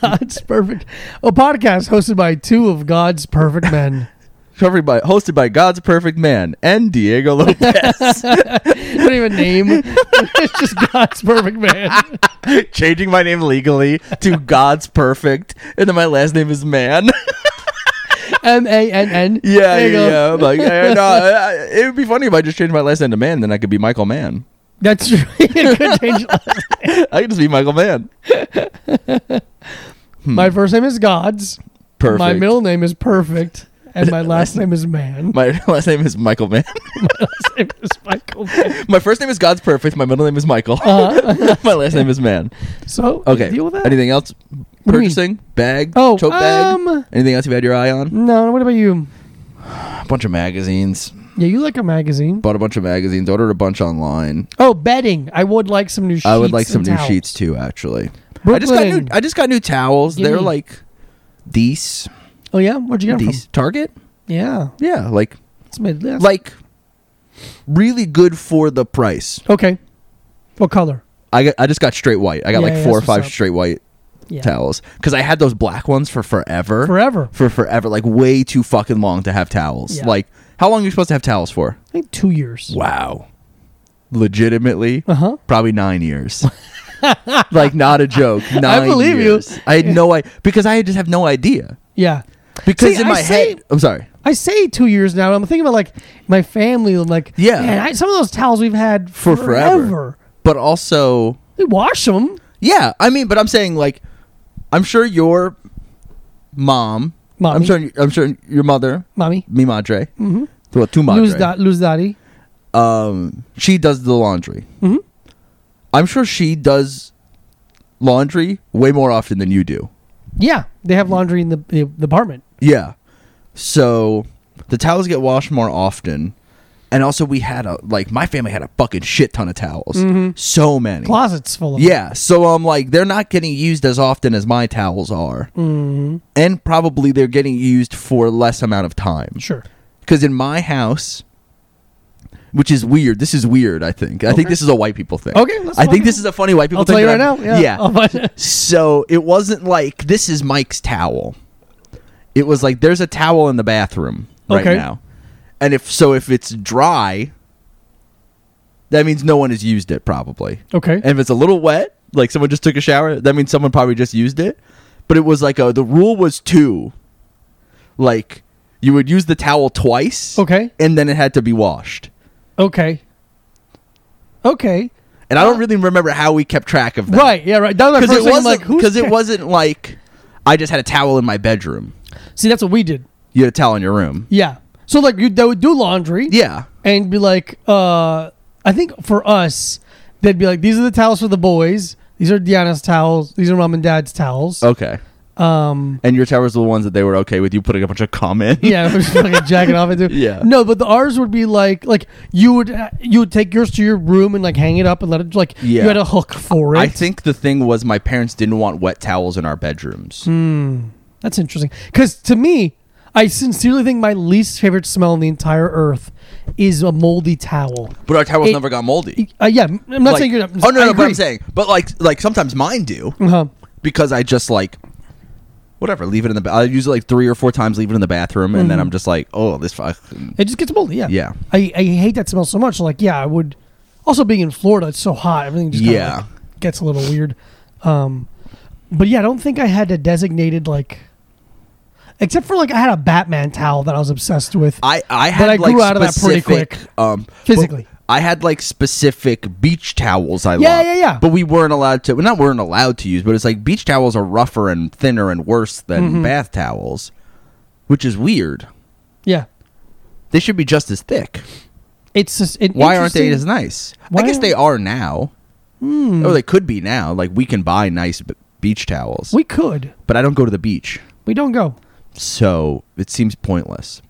S1: God's perfect. A podcast hosted by two of God's perfect men.
S2: Covered by, hosted by God's perfect man and
S1: (laughs)
S2: Diego Lopez.
S1: don't even name. (laughs) it's just God's perfect man.
S2: (laughs) Changing my name legally
S1: (laughs)
S2: to God's perfect, and then my last name is Man. (laughs)
S1: M A N N.
S2: yeah,
S1: There you go.
S2: yeah. I'm Like, eh, no, I- I- it would be funny if I just changed my last name to Man, then I could be Michael Mann.
S1: (laughs)
S2: (laughs)
S1: That's true. It could change.
S2: I could just be Michael Mann.
S1: My first name is God's.
S2: Perfect.
S1: My middle name is Perfect. And my
S2: (laughs)
S1: last name is Man. (laughs)
S2: My (laughs) last name is Michael Mann. (laughs)
S1: last name is Michael. Man.
S2: My first name is God's perfect. My middle name is Michael.
S1: Uh-huh.
S2: (laughs) my last name is Man.
S1: So
S2: Okay.
S1: deal with that.
S2: Anything else?
S1: do you mean?
S2: Purchasing bag.
S1: Oh,
S2: choke bag.
S1: um,
S2: Anything else you've had your eye on?
S1: No, what about you?
S2: A bunch of magazines.
S1: Yeah, you like a magazine.
S2: Bought a bunch of magazines. Ordered a bunch online.
S1: Oh, bedding. I would like some new sheets.
S2: I would like some
S1: and
S2: new
S1: towels.
S2: sheets too. Actually, I just got new.
S1: Brooklyn.
S2: I just got new towels.
S1: Give
S2: They're
S1: me-
S2: like these.
S1: Oh yeah, where'd you get them
S2: These
S1: from?
S2: Target.
S1: Yeah,
S2: Yeah, like
S1: it's mid list.
S2: like really good for the price.
S1: okay, what color?
S2: I got, I just got straight white. I got
S1: Yeah,
S2: like
S1: yeah,
S2: four or
S1: that's what's
S2: five
S1: up.
S2: straight white
S1: Yeah,
S2: towels because I had those black ones for forever.
S1: forever.
S2: for forever, like way too fucking long to have towels.
S1: Yeah.
S2: Like, how long are you supposed to have towels for?
S1: I think two years.
S2: Wow. Legitimately,
S1: Uh huh.
S2: probably nine years. (laughs) like, not
S1: (laughs)
S2: a joke. Nine
S1: believe you.
S2: years. I had no idea because I just have no idea.
S1: Yeah,
S2: Because
S1: See,
S2: in
S1: I
S2: my
S1: say-
S2: head, I'm sorry.
S1: I say two years now. I'm thinking about like my family. I'm like,
S2: Yeah.
S1: man, I, some of those towels we've had
S2: For forever.
S1: forever.
S2: But also,
S1: We wash them.
S2: yeah, I mean, but I'm saying, like, I'm sure your mom, I'm
S1: Mommy.
S2: sure, I'm sure your mother,
S1: Mommy,
S2: mi madre, mm-hmm. well, tu madre,
S1: lose that, lose daddy.
S2: um, she does the laundry.
S1: Mhm.
S2: I'm sure she does laundry way more often than you do.
S1: Yeah, they have laundry in the, the apartment.
S2: Yeah. So the towels get washed more often. And also, we had a, like, my family had a fucking shit ton of towels.
S1: Mm-hmm.
S2: So many.
S1: Closets full of.
S2: Yeah. So I'm like, they're not getting used as often as my towels are.
S1: Mhm.
S2: And probably they're getting used for less amount of time.
S1: Sure.
S2: Because in my house, which is weird, this is weird, I think. I think
S1: Okay.
S2: this is a white people thing.
S1: Okay, that's
S2: I think
S1: fine.
S2: this is a funny white people
S1: I'll
S2: thing.
S1: tell you right
S2: that
S1: now.
S2: I'm-
S1: Yeah. I'll find-
S2: So it wasn't like, this is Mike's towel. It was like, there's a towel in the bathroom right
S1: Okay.
S2: now. And if so, if it's dry, that means no one has used it probably.
S1: (laughs) okay.
S2: And if it's a little wet, like someone just took a shower, that means someone probably just used it. But it was like a, the rule was two. Like you would use the towel twice.
S1: Okay.
S2: And then it had to be washed.
S1: Okay. Okay.
S2: And I don't really remember how we kept track of that.
S1: Right. Yeah. Right. That was my
S2: Because
S1: first
S2: it
S1: thing. I'm
S2: wasn't
S1: like, who's
S2: because it
S1: ca-
S2: wasn't like I just had a towel in my bedroom.
S1: See, that's what we did.
S2: You had a towel in your room.
S1: Yeah. So like you, they would do laundry.
S2: Yeah.
S1: And be like, uh, I think for us, they'd be like, these are the towels for the boys. These are Deanna's towels. These are mom and dad's towels.
S2: Okay.
S1: Um.
S2: And your towels were the ones that they were okay with you putting a bunch of cum in.
S1: (laughs) Yeah, we're just fucking jacking off
S2: (laughs)
S1: into.
S2: Yeah.
S1: No, but the ours would be like, like you would, you would take yours to your room and like hang it up and let it like.
S2: Yeah.
S1: You had a hook for it.
S2: (laughs) I think the thing was my parents didn't want wet towels in our bedrooms.
S1: Hmm. That's interesting. Because to me, I sincerely think my least favorite smell on the entire earth is a moldy towel.
S2: But our towels
S1: It-
S2: never got moldy.
S1: Uh, yeah, I'm not
S2: Like-
S1: saying you're.
S2: oh no, no, but I'm saying, but like, like sometimes
S1: (laughs)
S2: mine do
S1: Uh-huh.
S2: because I just like, whatever, leave it in the. Ba- I use it like three or four times, leave it in the bathroom, and
S1: Hmm.
S2: then I'm just like, oh, this fuck.
S1: It just gets moldy. Yeah.
S2: Yeah.
S1: I, I hate that smell so much. Like, yeah, I would. Also, being in Florida, it's so hot. Everything just kinda,
S2: Yeah.
S1: like, gets a little weird. Um, but yeah, I don't think I had a designated like, except for like I had a Batman towel that I was obsessed with.
S2: I I had
S1: I
S2: like
S1: grew out of that pretty
S2: specific,
S1: quick.
S2: Um,
S1: Physically.
S2: but I had like specific beach towels. I
S1: Yeah,
S2: loved.
S1: yeah, yeah.
S2: But we weren't allowed to. Well, not weren't allowed to use. But it's like beach towels are rougher and thinner and worse than
S1: Mm-hmm.
S2: bath towels, which is weird.
S1: yeah,
S2: They should be just as thick.
S1: it's just it,
S2: Why aren't they
S1: interesting-
S2: as nice?
S1: Why Hmm.
S2: I guess
S1: aren't-
S2: they are now. Or they could be now. Like we can buy nice b- beach towels,
S1: We could.
S2: but I don't go to the beach.
S1: We don't go.
S2: So it seems pointless.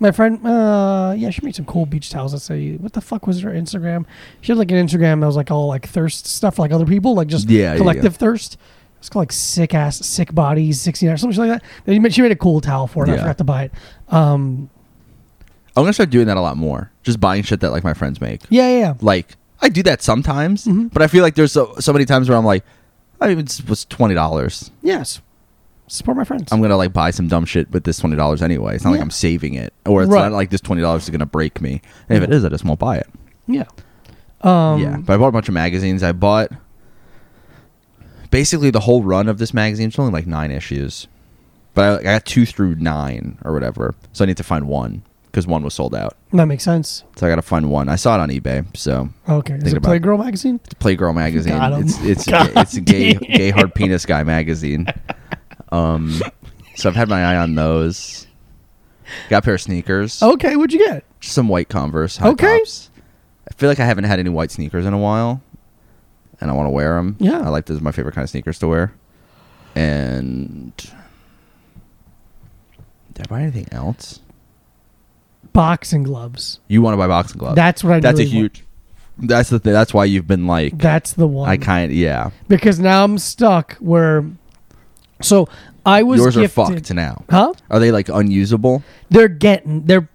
S1: My friend, uh, yeah, she made some cool beach towels. I say, what the fuck was her Instagram? She had like an Instagram that was like all like thirst stuff, like other people, like just
S2: Yeah, yeah, yeah.
S1: collective thirst. It's called like sick ass, sick bodies, sixteen or something like that. Then She made, she made a cool towel for it. I
S2: Yeah.
S1: forgot to buy it. Um,
S2: I'm gonna start doing that a lot more. Just buying shit that like my friends make.
S1: yeah, yeah, yeah.
S2: Like I do that sometimes,
S1: Mm-hmm.
S2: but I feel like there's so, so many times where I'm like, I mean, it's was twenty dollars.
S1: yes. Support my friends.
S2: I'm gonna like buy some dumb shit with this twenty dollars anyway. It's not like
S1: Yeah.
S2: I'm saving it, or it's
S1: Right.
S2: not like this twenty dollars is gonna break me. And if it is, I just won't buy it.
S1: yeah. Um,
S2: yeah, but I bought a bunch of magazines. I bought basically the whole run of this magazine. It's only like nine issues, but I, I got two through nine or whatever. So I need to find one because one was sold out.
S1: that makes sense.
S2: So I got to find one. I saw it on eBay. So
S1: Okay, is
S2: Think
S1: it
S2: about it.
S1: Playgirl magazine?
S2: it's Playgirl magazine.
S1: Got 'em.
S2: It's it's it's a gay (laughs) gay hard penis guy magazine. Um, so I've had my eye on those. Got a pair of sneakers.
S1: Okay, what'd you get?
S2: Just some white Converse. High
S1: Oh. Okay.
S2: tops. I feel like I haven't had any white sneakers in a while, and I want to wear them.
S1: Yeah.
S2: I like those. Are my favorite kind of sneakers to wear. And did I buy anything else?
S1: Boxing gloves.
S2: You want to buy boxing gloves?
S1: That's what I.
S2: that's
S1: really
S2: a huge. That's the. Th- that's why you've been like.
S1: Want. That's the one.
S2: I kind of yeah.
S1: because now I'm stuck where. So I was
S2: Yours
S1: gifted,
S2: are fucked now.
S1: Huh?
S2: Are they like unusable?
S1: They're getting they're.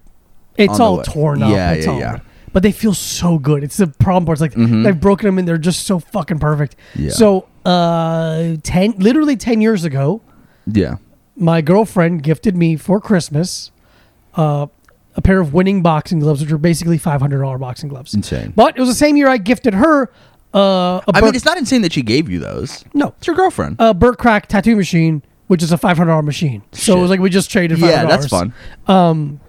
S1: It's
S2: On the
S1: all
S2: way.
S1: torn up.
S2: Yeah,
S1: it's
S2: yeah,
S1: all,
S2: yeah.
S1: But they feel so good. It's the problem part. It's like
S2: Mhm.
S1: they've broken them and they're just so fucking perfect.
S2: Yeah.
S1: So uh, ten literally ten years ago,
S2: Yeah.
S1: my girlfriend gifted me for Christmas uh, a pair of winning boxing gloves, which were basically five hundred dollar boxing gloves.
S2: Insane.
S1: But it was the same year I gifted her uh, a
S2: I
S1: Burt,
S2: mean, it's not insane that she gave you those.
S1: no
S2: It's your girlfriend.
S1: a Burt Crack tattoo machine, which is a five hundred dollar machine. So it was
S2: Shit.
S1: like we just traded. $500.
S2: yeah, that's fun.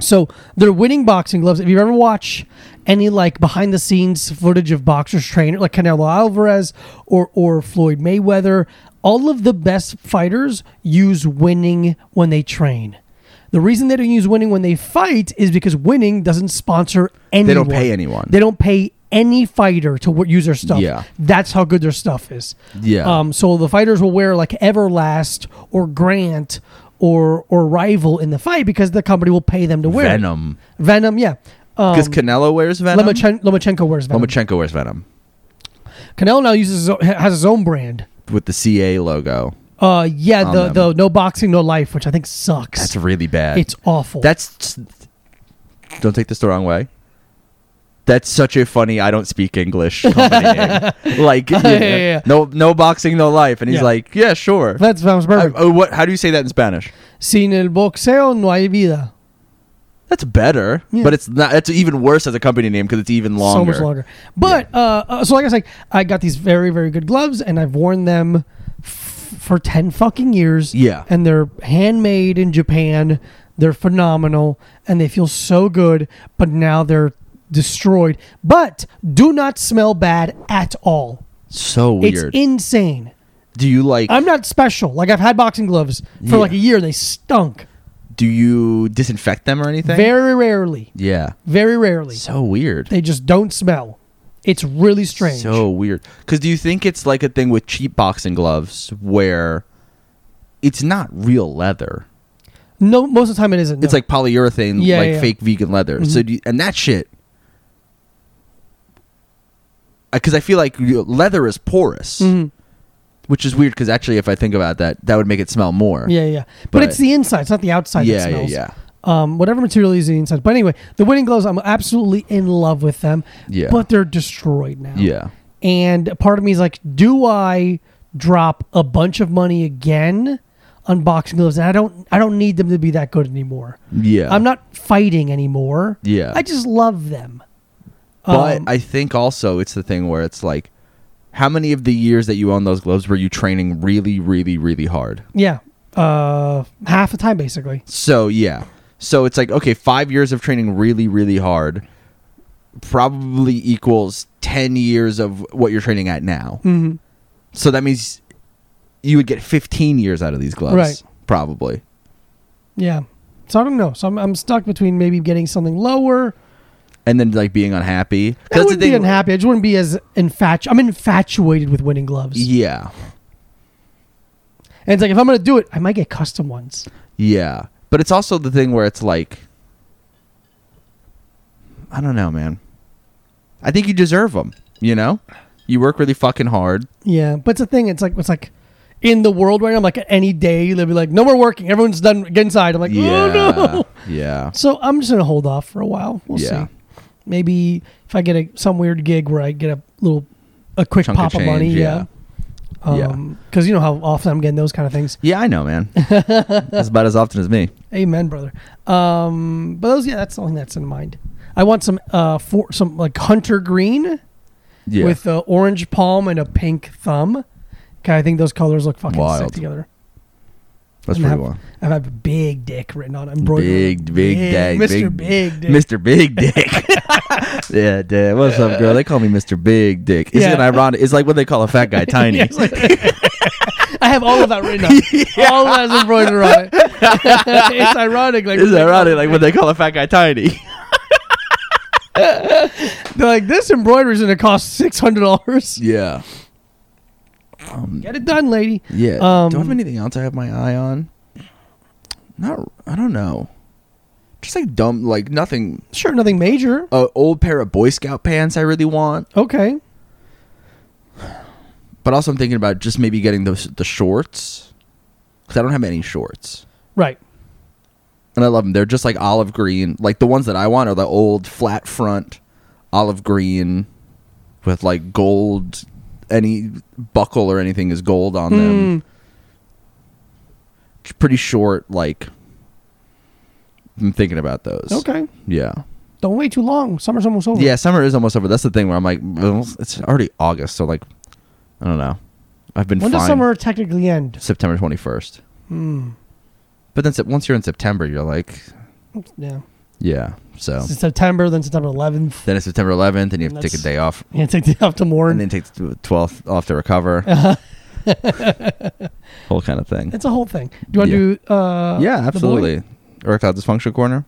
S1: So they're winning boxing gloves. If you ever watch any like behind the scenes footage of boxers trainer like Canelo Alvarez or or Floyd Mayweather, all of the best fighters use winning when they train. The reason they don't use winning when they fight is because winning doesn't sponsor anyone.
S2: don't pay anyone.
S1: They don't pay any fighter to w- use their stuff.
S2: Yeah.
S1: That's how good their stuff is.
S2: Yeah.
S1: Um, so the fighters will wear like Everlast or Grant or or Rival in the fight because the company will pay them to wear it.
S2: Venom.
S1: Venom, yeah. Um,
S2: Because Canelo wears Venom.
S1: Lomachen- Lomachenko wears Venom.
S2: Lomachenko wears Venom
S1: Canelo now uses his own, has his own brand.
S2: with the CA logo.
S1: Uh, yeah,
S2: On
S1: the,
S2: them.
S1: the no boxing, no life, which I think sucks.
S2: That's really bad.
S1: it's awful.
S2: that's. Don't take this the wrong way. That's such a funny. I don't speak
S1: (laughs)
S2: English. Company name. Like you know,
S1: yeah, yeah.
S2: no, no boxing, no life. And he's
S1: Yeah.
S2: like, yeah, sure.
S1: that sounds
S2: I-
S1: perfect.
S2: oh, what? How do you say that in Spanish?
S1: Sin el boxeo no hay vida.
S2: That's better,
S1: Yeah.
S2: but it's not. That's even worse as a company name because it's even longer.
S1: So much longer. But uh, uh, so like I said, I got these very very good gloves, and I've worn them f- for ten fucking years.
S2: Yeah.
S1: and they're handmade in Japan. They're phenomenal, and they feel so good. But now they're destroyed. But do not smell bad at all.
S2: So weird.
S1: It's insane.
S2: do you like?
S1: I'm not special. Like I've had boxing gloves for
S2: Yeah.
S1: like a year. They stunk.
S2: do you disinfect them or anything?
S1: Very rarely.
S2: yeah.
S1: Very rarely.
S2: So weird.
S1: They just don't smell. It's really strange.
S2: So weird. Because do you think it's like a thing with cheap boxing gloves where it's not real leather?
S1: no, most of the time it isn't.
S2: It's
S1: no.
S2: like polyurethane,
S1: Yeah,
S2: like
S1: yeah. Mm-hmm.
S2: fake vegan leather. So do you, and that shit. Because I feel like you- leather is porous,
S1: Mhm.
S2: which is weird. Because actually, if I think about that, that would make it smell more.
S1: Yeah, yeah. But,
S2: But-
S1: it's the inside. It's not the outside
S2: yeah,
S1: that
S2: yeah,
S1: smells.
S2: yeah.
S1: Um, whatever material is the inside. But anyway, the winning gloves, I'm absolutely in love with them.
S2: Yeah.
S1: But they're destroyed now.
S2: Yeah.
S1: And part of me is like, do I drop a bunch of money again on boxing gloves? And I don't I don't need them to be that good anymore.
S2: Yeah.
S1: I'm not fighting anymore.
S2: Yeah.
S1: I just love them.
S2: But
S1: Um,
S2: I think also it's the thing where it's like, how many of the years that you own those gloves were you training really, really, really hard?
S1: yeah. Uh half the time basically.
S2: So yeah. So it's like okay, five years of training really, really hard probably equals ten years of what you're training at now.
S1: Mhm.
S2: So that means you would get fifteen years out of these gloves,
S1: Right.
S2: Probably.
S1: Yeah. So I don't know. So I'm, I'm stuck between maybe getting something lower.
S2: And then like being unhappy. 'Cause
S1: I
S2: that's the
S1: wouldn't be
S2: thing-
S1: unhappy. I just wouldn't be as infatuated. I'm infatuated with winning gloves.
S2: Yeah.
S1: And it's like if I'm gonna do it, I might get custom ones.
S2: Yeah. But it's also the thing where it's like I don't know, man. I think you deserve them, you know? You work really fucking hard.
S1: Yeah, but it's a thing. It's like it's like in the world right now. Like at any day, they'll be like, "No more working. Everyone's done. Get inside." I'm like, "Oh no!"
S2: Yeah.
S1: So I'm just gonna hold off for a while. We'll
S2: Yeah.
S1: see. Maybe if I get a some weird gig where I get a little a quick
S2: Chunk of
S1: pop of, money,
S2: change,
S1: yeah.
S2: Yeah.
S1: Um, because you know how often I'm getting those kind of things.
S2: Yeah, I
S1: (laughs)
S2: know, man. That's about as often as me.
S1: Amen, brother. Um, but those, yeah, that's the only thing that's in mind. I want some uh for some like hunter green
S2: Yeah.
S1: with an orange palm and a pink thumb. Okay, I think those colors look fucking sick
S2: Wild.
S1: together.
S2: That's
S1: and
S2: pretty
S1: have-
S2: well.
S1: I have big dick written on it. Embroidered.
S2: Big, big dick.
S1: Mr. Big Dick. (laughs)
S2: Mr. Big Dick. (laughs) yeah, dad. What's up, girl? They call me Mr. Big Dick. It's
S1: Yeah.
S2: an ironic. It's like what they call a
S1: (laughs)
S2: fat guy tiny.
S1: Yeah, it's like- I have all of that
S2: (laughs)
S1: written on. All of that is embroidered on it. (laughs) it's ironic. Like,
S2: it's ironic, like what they call a fat
S1: (laughs)
S2: guy tiny.
S1: They're like, this embroidery's going to cost $600.
S2: yeah. Mm.
S1: Get it done, lady.
S2: Yeah.
S1: Um,
S2: do I have anything else I have my eye on? Not. I don't know. Just like dumb, like nothing.
S1: Sure, nothing major.
S2: A old pair of Boy Scout pants I really want,
S1: Okay.
S2: but also I'm thinking about just maybe getting those the shorts because I don't have any shorts.
S1: Right.
S2: and I love them. They're just like olive green. Like the ones that I want are the old flat front olive green with like gold. Any buckle or anything is gold on them.
S1: Hmm.
S2: It's Pretty short. Like I'm thinking about those.
S1: Okay. Oh.
S2: Yeah.
S1: Don't wait too long. Summer's almost over.
S2: Yeah. Summer is almost over. That's the thing where I'm like, well, it's already August, so like, I don't know. I've been
S1: When does
S2: fine.
S1: summer Hmm. technically end?
S2: September 21st. But then se- once you're in September, you're like,
S1: Yeah.
S2: yeah. So
S1: It's September, then September 11th.
S2: Then it's September 11th, and you have to take
S1: That's-
S2: a day off,
S1: You take the off to mourn.
S2: and then take the 12th off
S1: (laughs)
S2: to recover. Whole kind of thing.
S1: it's a whole thing. Do you want
S2: Yeah.
S1: to do. Uh,
S2: yeah,
S1: the boy?
S2: absolutely. Erectile dysfunction corner.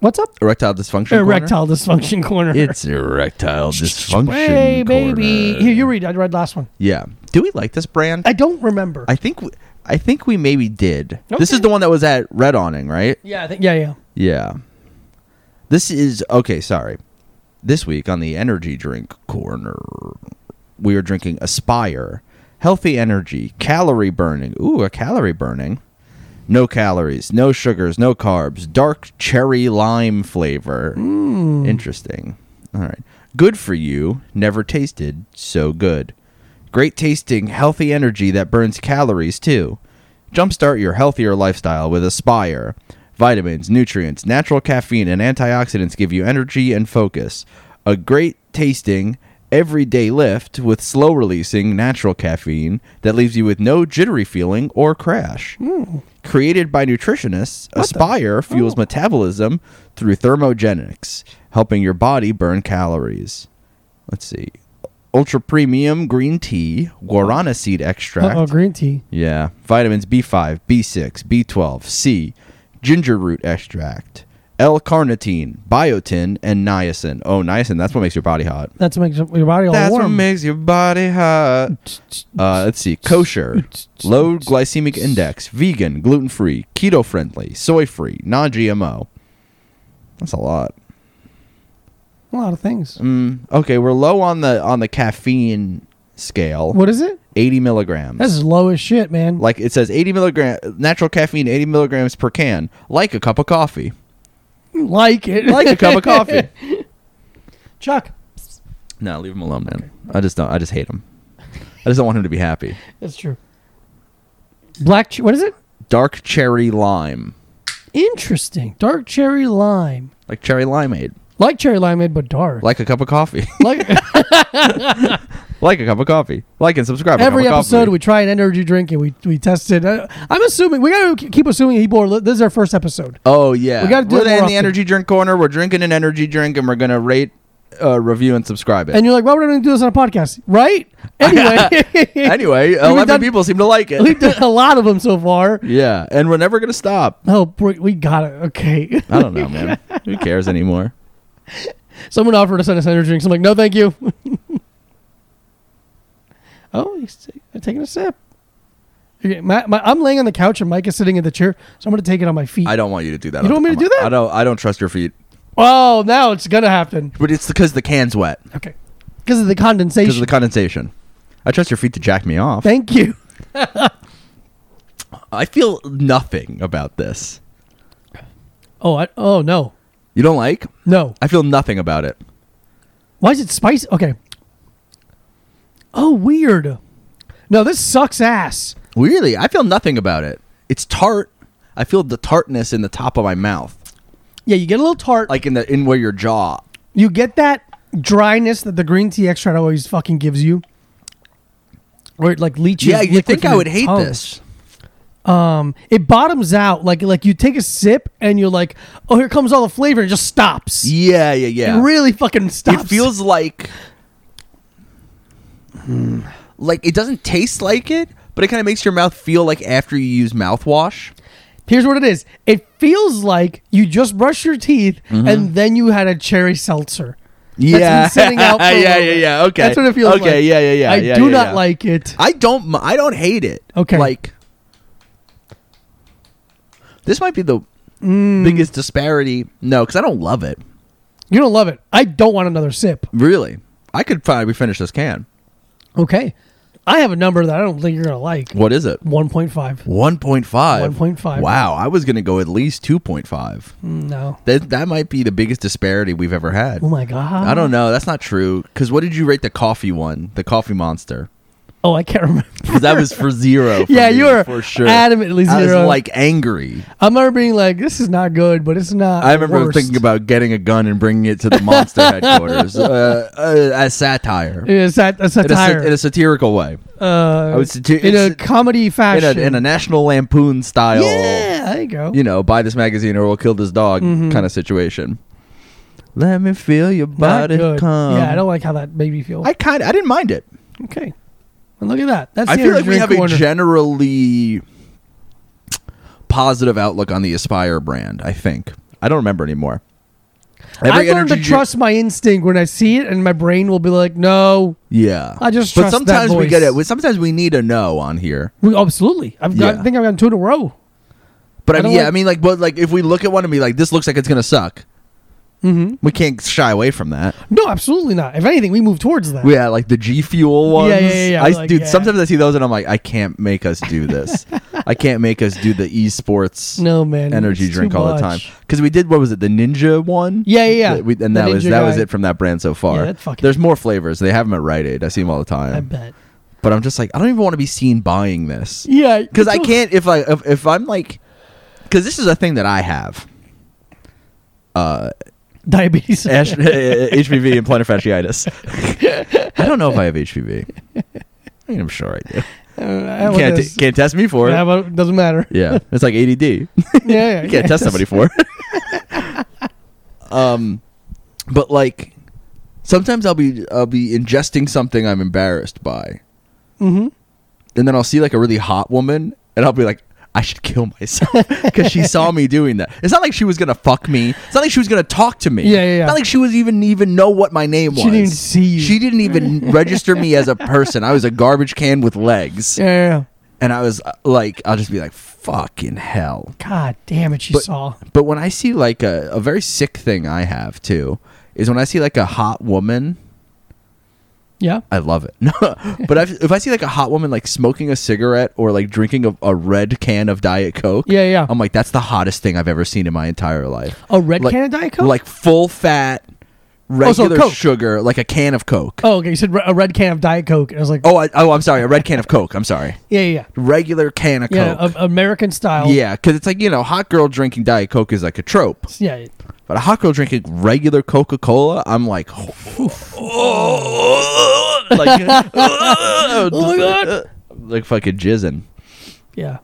S1: What's up?
S2: Erectile dysfunction.
S1: Erectile dysfunction (laughs) corner.
S2: Corner? It's erectile dysfunction.
S1: Hey, baby.
S2: corner.
S1: Here, you read. I read last one.
S2: yeah. Do we like this brand?
S1: I don't remember.
S2: I think. We, I think we maybe did. This
S1: Okay.
S2: is the one that was at Red Awning, right?
S1: yeah, I think. Yeah, yeah.
S2: Yeah. This is okay, sorry. This week on the energy drink corner, we are drinking Aspire, healthy energy, calorie burning. Ooh, a calorie burning. No calories, no sugars, no carbs, dark cherry lime flavor. Interesting. All right. Good for you, never tasted so good. Great tasting, healthy energy that burns calories too. Jumpstart your healthier lifestyle with Aspire. Vitamins, nutrients, natural caffeine, and antioxidants give you energy and focus. A great tasting, everyday lift with slow releasing natural caffeine that leaves you with no jittery feeling or crash. Created by nutritionists, Aspire
S1: Oh.
S2: fuels metabolism through thermogenics, helping your body burn calories. Let's see. Ultra premium green tea, guarana seed extract.
S1: Oh, green tea.
S2: Yeah. Vitamins B5, B6, B12, C, ginger root extract, L carnitine, biotin, and niacin. Oh, niacin, that's what makes your body hot.
S1: That's what makes your body all
S2: That's what
S1: warm.
S2: makes your body hot. Uh, let's
S1: (laughs)
S2: see. Kosher, low glycemic index, vegan, gluten free, keto friendly, soy free, non GMO. That's a lot.
S1: a lot of things.
S2: Mm, okay, we're low on the on the caffeine scale.
S1: What is it?
S2: 80 milligrams.
S1: That's as low as shit, man.
S2: like it says 80 milligram natural caffeine 80 milligrams per can like a cup of coffee
S1: Like it.
S2: like a
S1: (laughs)
S2: cup of coffee
S1: Chuck.
S2: no leave him alone man i just don't i just hate him i just don't want him to be happy
S1: That's true. Black. Ch- what is it?
S2: dark cherry lime
S1: Interesting. Dark cherry lime.
S2: like cherry limeade
S1: Like cherry limeade, but dark.
S2: like a cup of coffee
S1: (laughs)
S2: (laughs)
S1: Like-
S2: like a cup of coffee like and subscribe to a
S1: every
S2: cup of
S1: episode,
S2: coffee.
S1: we try an energy drink and we we test it. I, I'm assuming we gotta k- keep assuming people are. Li- this is our first episode.
S2: oh yeah
S1: We gotta do
S2: We're
S1: it more
S2: in
S1: often.
S2: the energy drink corner we're drinking an energy drink and we're gonna rate uh, review and subscribe it
S1: And you're like, why would I do this on a podcast? Right? (laughs) Anyway.
S2: (laughs)
S1: (laughs)
S2: anyway 11
S1: done-
S2: people seem to
S1: (laughs)
S2: like it
S1: We've done a lot of them so far.
S2: yeah and we're never gonna stop
S1: Oh, we, we got it. Okay. (laughs)
S2: i don't know man who cares anymore
S1: Someone offered us an energy drinks. I'm like, no, (laughs) thank you. oh, he's ta- taking a sip. Okay, my, my, I'm laying on the couch and Mike is sitting in the chair, so I'm going to take it on my feet.
S2: I don't want you to do that.
S1: You don't
S2: on-
S1: want me to
S2: on-
S1: do that?
S2: I don't. I don't trust your feet.
S1: oh, now it's going to happen.
S2: But it's because the can's wet
S1: Okay. Because of the
S2: because of
S1: condensation.
S2: the condensation. I trust your feet to jack me off.
S1: Thank you.
S2: I feel nothing about this.
S1: Oh, I, oh no.
S2: You don't like?
S1: No.
S2: I feel nothing about it.
S1: Why is it spicy? Okay. Oh, weird. No, this sucks ass.
S2: Really, I feel nothing about it. It's tart. I feel the tartness in the top of my mouth,
S1: Yeah, you get a little tart.
S2: like in the in where your jaw.
S1: You get that dryness that the green tea extract always fucking gives you. Or it like leaches.
S2: yeah, you
S1: liquid
S2: think
S1: from
S2: I
S1: your
S2: would hate
S1: tongue.
S2: this?
S1: Um, it bottoms out like like you take a sip and you're like, oh, here comes all the flavor and it just stops.
S2: Yeah, yeah, yeah.
S1: It really fucking stops.
S2: It feels like Hmm. like it doesn't taste like it, but it kind of makes your mouth feel like after you use mouthwash.
S1: Here's what it is. It feels like you just brushed your teeth and then you had a cherry seltzer. That's been sitting out for a
S2: Mm-hmm. (laughs) yeah,
S1: little
S2: yeah,
S1: bit.
S2: yeah. Okay,
S1: That's what it feels
S2: okay,
S1: like.
S2: yeah, yeah, yeah.
S1: I
S2: yeah,
S1: do
S2: yeah,
S1: not
S2: yeah.
S1: like it.
S2: I don't. m- I don't hate it.
S1: Okay.
S2: like this might be the biggest disparity. No, because I don't love it.
S1: You don't love it. I don't want another sip.
S2: Really, I could probably finish this can.
S1: Okay. I have a number that I don't think you're going to like.
S2: What is it?
S1: 1.5.
S2: One point five.
S1: 1.5.
S2: Wow, I was gonna go at least two point five.
S1: No.
S2: That that might be the biggest disparity we've ever had.
S1: Oh my god.
S2: I don't know. That's not true. Because what did you rate the coffee one? The coffee monster.
S1: Oh, I can't remember.
S2: 'Cause that was for (laughs) zero. for
S1: Yeah,
S2: me,
S1: you were
S2: for sure.
S1: adamantly
S2: I was
S1: zero.
S2: like angry.
S1: I remember being like, this is not good, but it's not.
S2: I remember
S1: worst.
S2: thinking about getting a gun and bringing it to the
S1: (laughs)
S2: monster headquarters uh, uh, as satire.
S1: It is sat- a
S2: In a, sat-
S1: satire.
S2: in a satirical way,
S1: uh,
S2: I would sati-
S1: in a
S2: it's-
S1: comedy
S2: in a,
S1: fashion.
S2: in a National Lampoon style,
S1: yeah, there you go.
S2: you know, buy this magazine or we'll kill this dog kind of situation. Let me feel your
S1: Mm-hmm. Not
S2: body
S1: good.
S2: come.
S1: Yeah, I don't like how that made me feel.
S2: I kind of, I didn't mind it.
S1: okay. And look at that. That's
S2: I
S1: the
S2: feel like
S1: energy
S2: we
S1: drink
S2: have
S1: corner.
S2: a generally positive outlook on the Aspire brand. I think I don't remember anymore.
S1: I learned to
S2: drink-
S1: trust my instinct when I see it, and my brain will be like, "No,
S2: Yeah,
S1: I just
S2: But
S1: trust that
S2: sometimes we get
S1: voice.
S2: it. Sometimes we need a no on here.
S1: we, absolutely." I've got,
S2: Yeah.
S1: I think I've gotten two in a row.
S2: But I,
S1: I
S2: mean,
S1: don't
S2: yeah,
S1: like-
S2: I mean, like, but like, if we look at one and be like, this looks like it's gonna suck. Mm-hmm. We can't shy away from that.
S1: No, absolutely not. If anything, we move towards that.
S2: Yeah, like the G Fuel ones.
S1: yeah, yeah, yeah.
S2: I,
S1: Like,
S2: dude,
S1: yeah.
S2: sometimes I see those and I'm like, I can't make us
S1: (laughs)
S2: do this. I can't make us do the esports
S1: no, man.
S2: energy
S1: it's
S2: drink
S1: too
S2: all the time
S1: much.
S2: because we did what was it the ninja one
S1: Yeah, yeah, yeah.
S2: That we- and
S1: The
S2: that was
S1: Ninja
S2: that was
S1: guy.
S2: it from that brand so far
S1: Yeah, that fucking-
S2: there's more flavors they have them at Rite Aid I see them all the time
S1: I bet.
S2: but I'm just like I don't even want to be seen buying this
S1: Yeah, (laughs)
S2: because I
S1: it's-
S2: can't if I if, if I'm like because this is a thing that I have uh
S1: diabetes. (laughs)
S2: (laughs) ash- eh, HPV and plantar fasciitis I don't know if I have HPV I mean I'm sure I do
S1: Uh,
S2: You can't, t- can't test me for it
S1: Yeah, but it doesn't matter.
S2: yeah it's like
S1: (laughs)
S2: ADD
S1: yeah, yeah.
S2: (laughs) you can't
S1: yeah.
S2: test somebody for. (laughs) um, but like sometimes I'll be I'll be ingesting something I'm embarrassed by,
S1: Mhm.
S2: and then I'll see like a really hot woman, and I'll be like. I should kill
S1: (laughs)
S2: myself because she saw me doing that. It's not like she was gonna fuck me. It's not like she was gonna talk to me.
S1: Yeah, yeah, yeah.
S2: Not like she was even even know what my name
S1: She
S2: was.
S1: didn't even see you.
S2: She
S1: (laughs)
S2: didn't even register me as a person. I was a garbage can with legs,
S1: (laughs) Yeah, yeah, yeah.
S2: and I was uh, like, I'll just be like, fucking hell.
S1: God damn it, she
S2: But-
S1: saw.
S2: But when I see like a, a very sick thing I have too is when I see like a hot woman,
S1: Yeah.
S2: I love it. (laughs) No, but if, if I see like a hot woman like smoking a cigarette or like drinking a, a red can of Diet Coke,
S1: Yeah, yeah.
S2: I'm like that's the hottest thing I've ever seen in my entire life.
S1: A red
S2: like,
S1: can of Diet Coke? Oh,
S2: like full fat,
S1: so
S2: regular
S1: Coke.
S2: sugar, like a can of Coke.
S1: oh, okay. You said re- a red can of Diet Coke. And I was like,
S2: Oh, I, oh, I'm sorry, a red can of Coke. I'm sorry,
S1: yeah, yeah,
S2: regular can of
S1: yeah. Yeah,
S2: Coke.
S1: a- American style.
S2: Yeah, because it's like you know, hot girl drinking Diet Coke is like a trope.
S1: Yeah. it-
S2: But a hot girl drinking regular Coca Cola, I'm
S1: (laughs)
S2: like, (laughs) like, oh
S1: my God.
S2: like fucking jizzing.
S1: Yeah.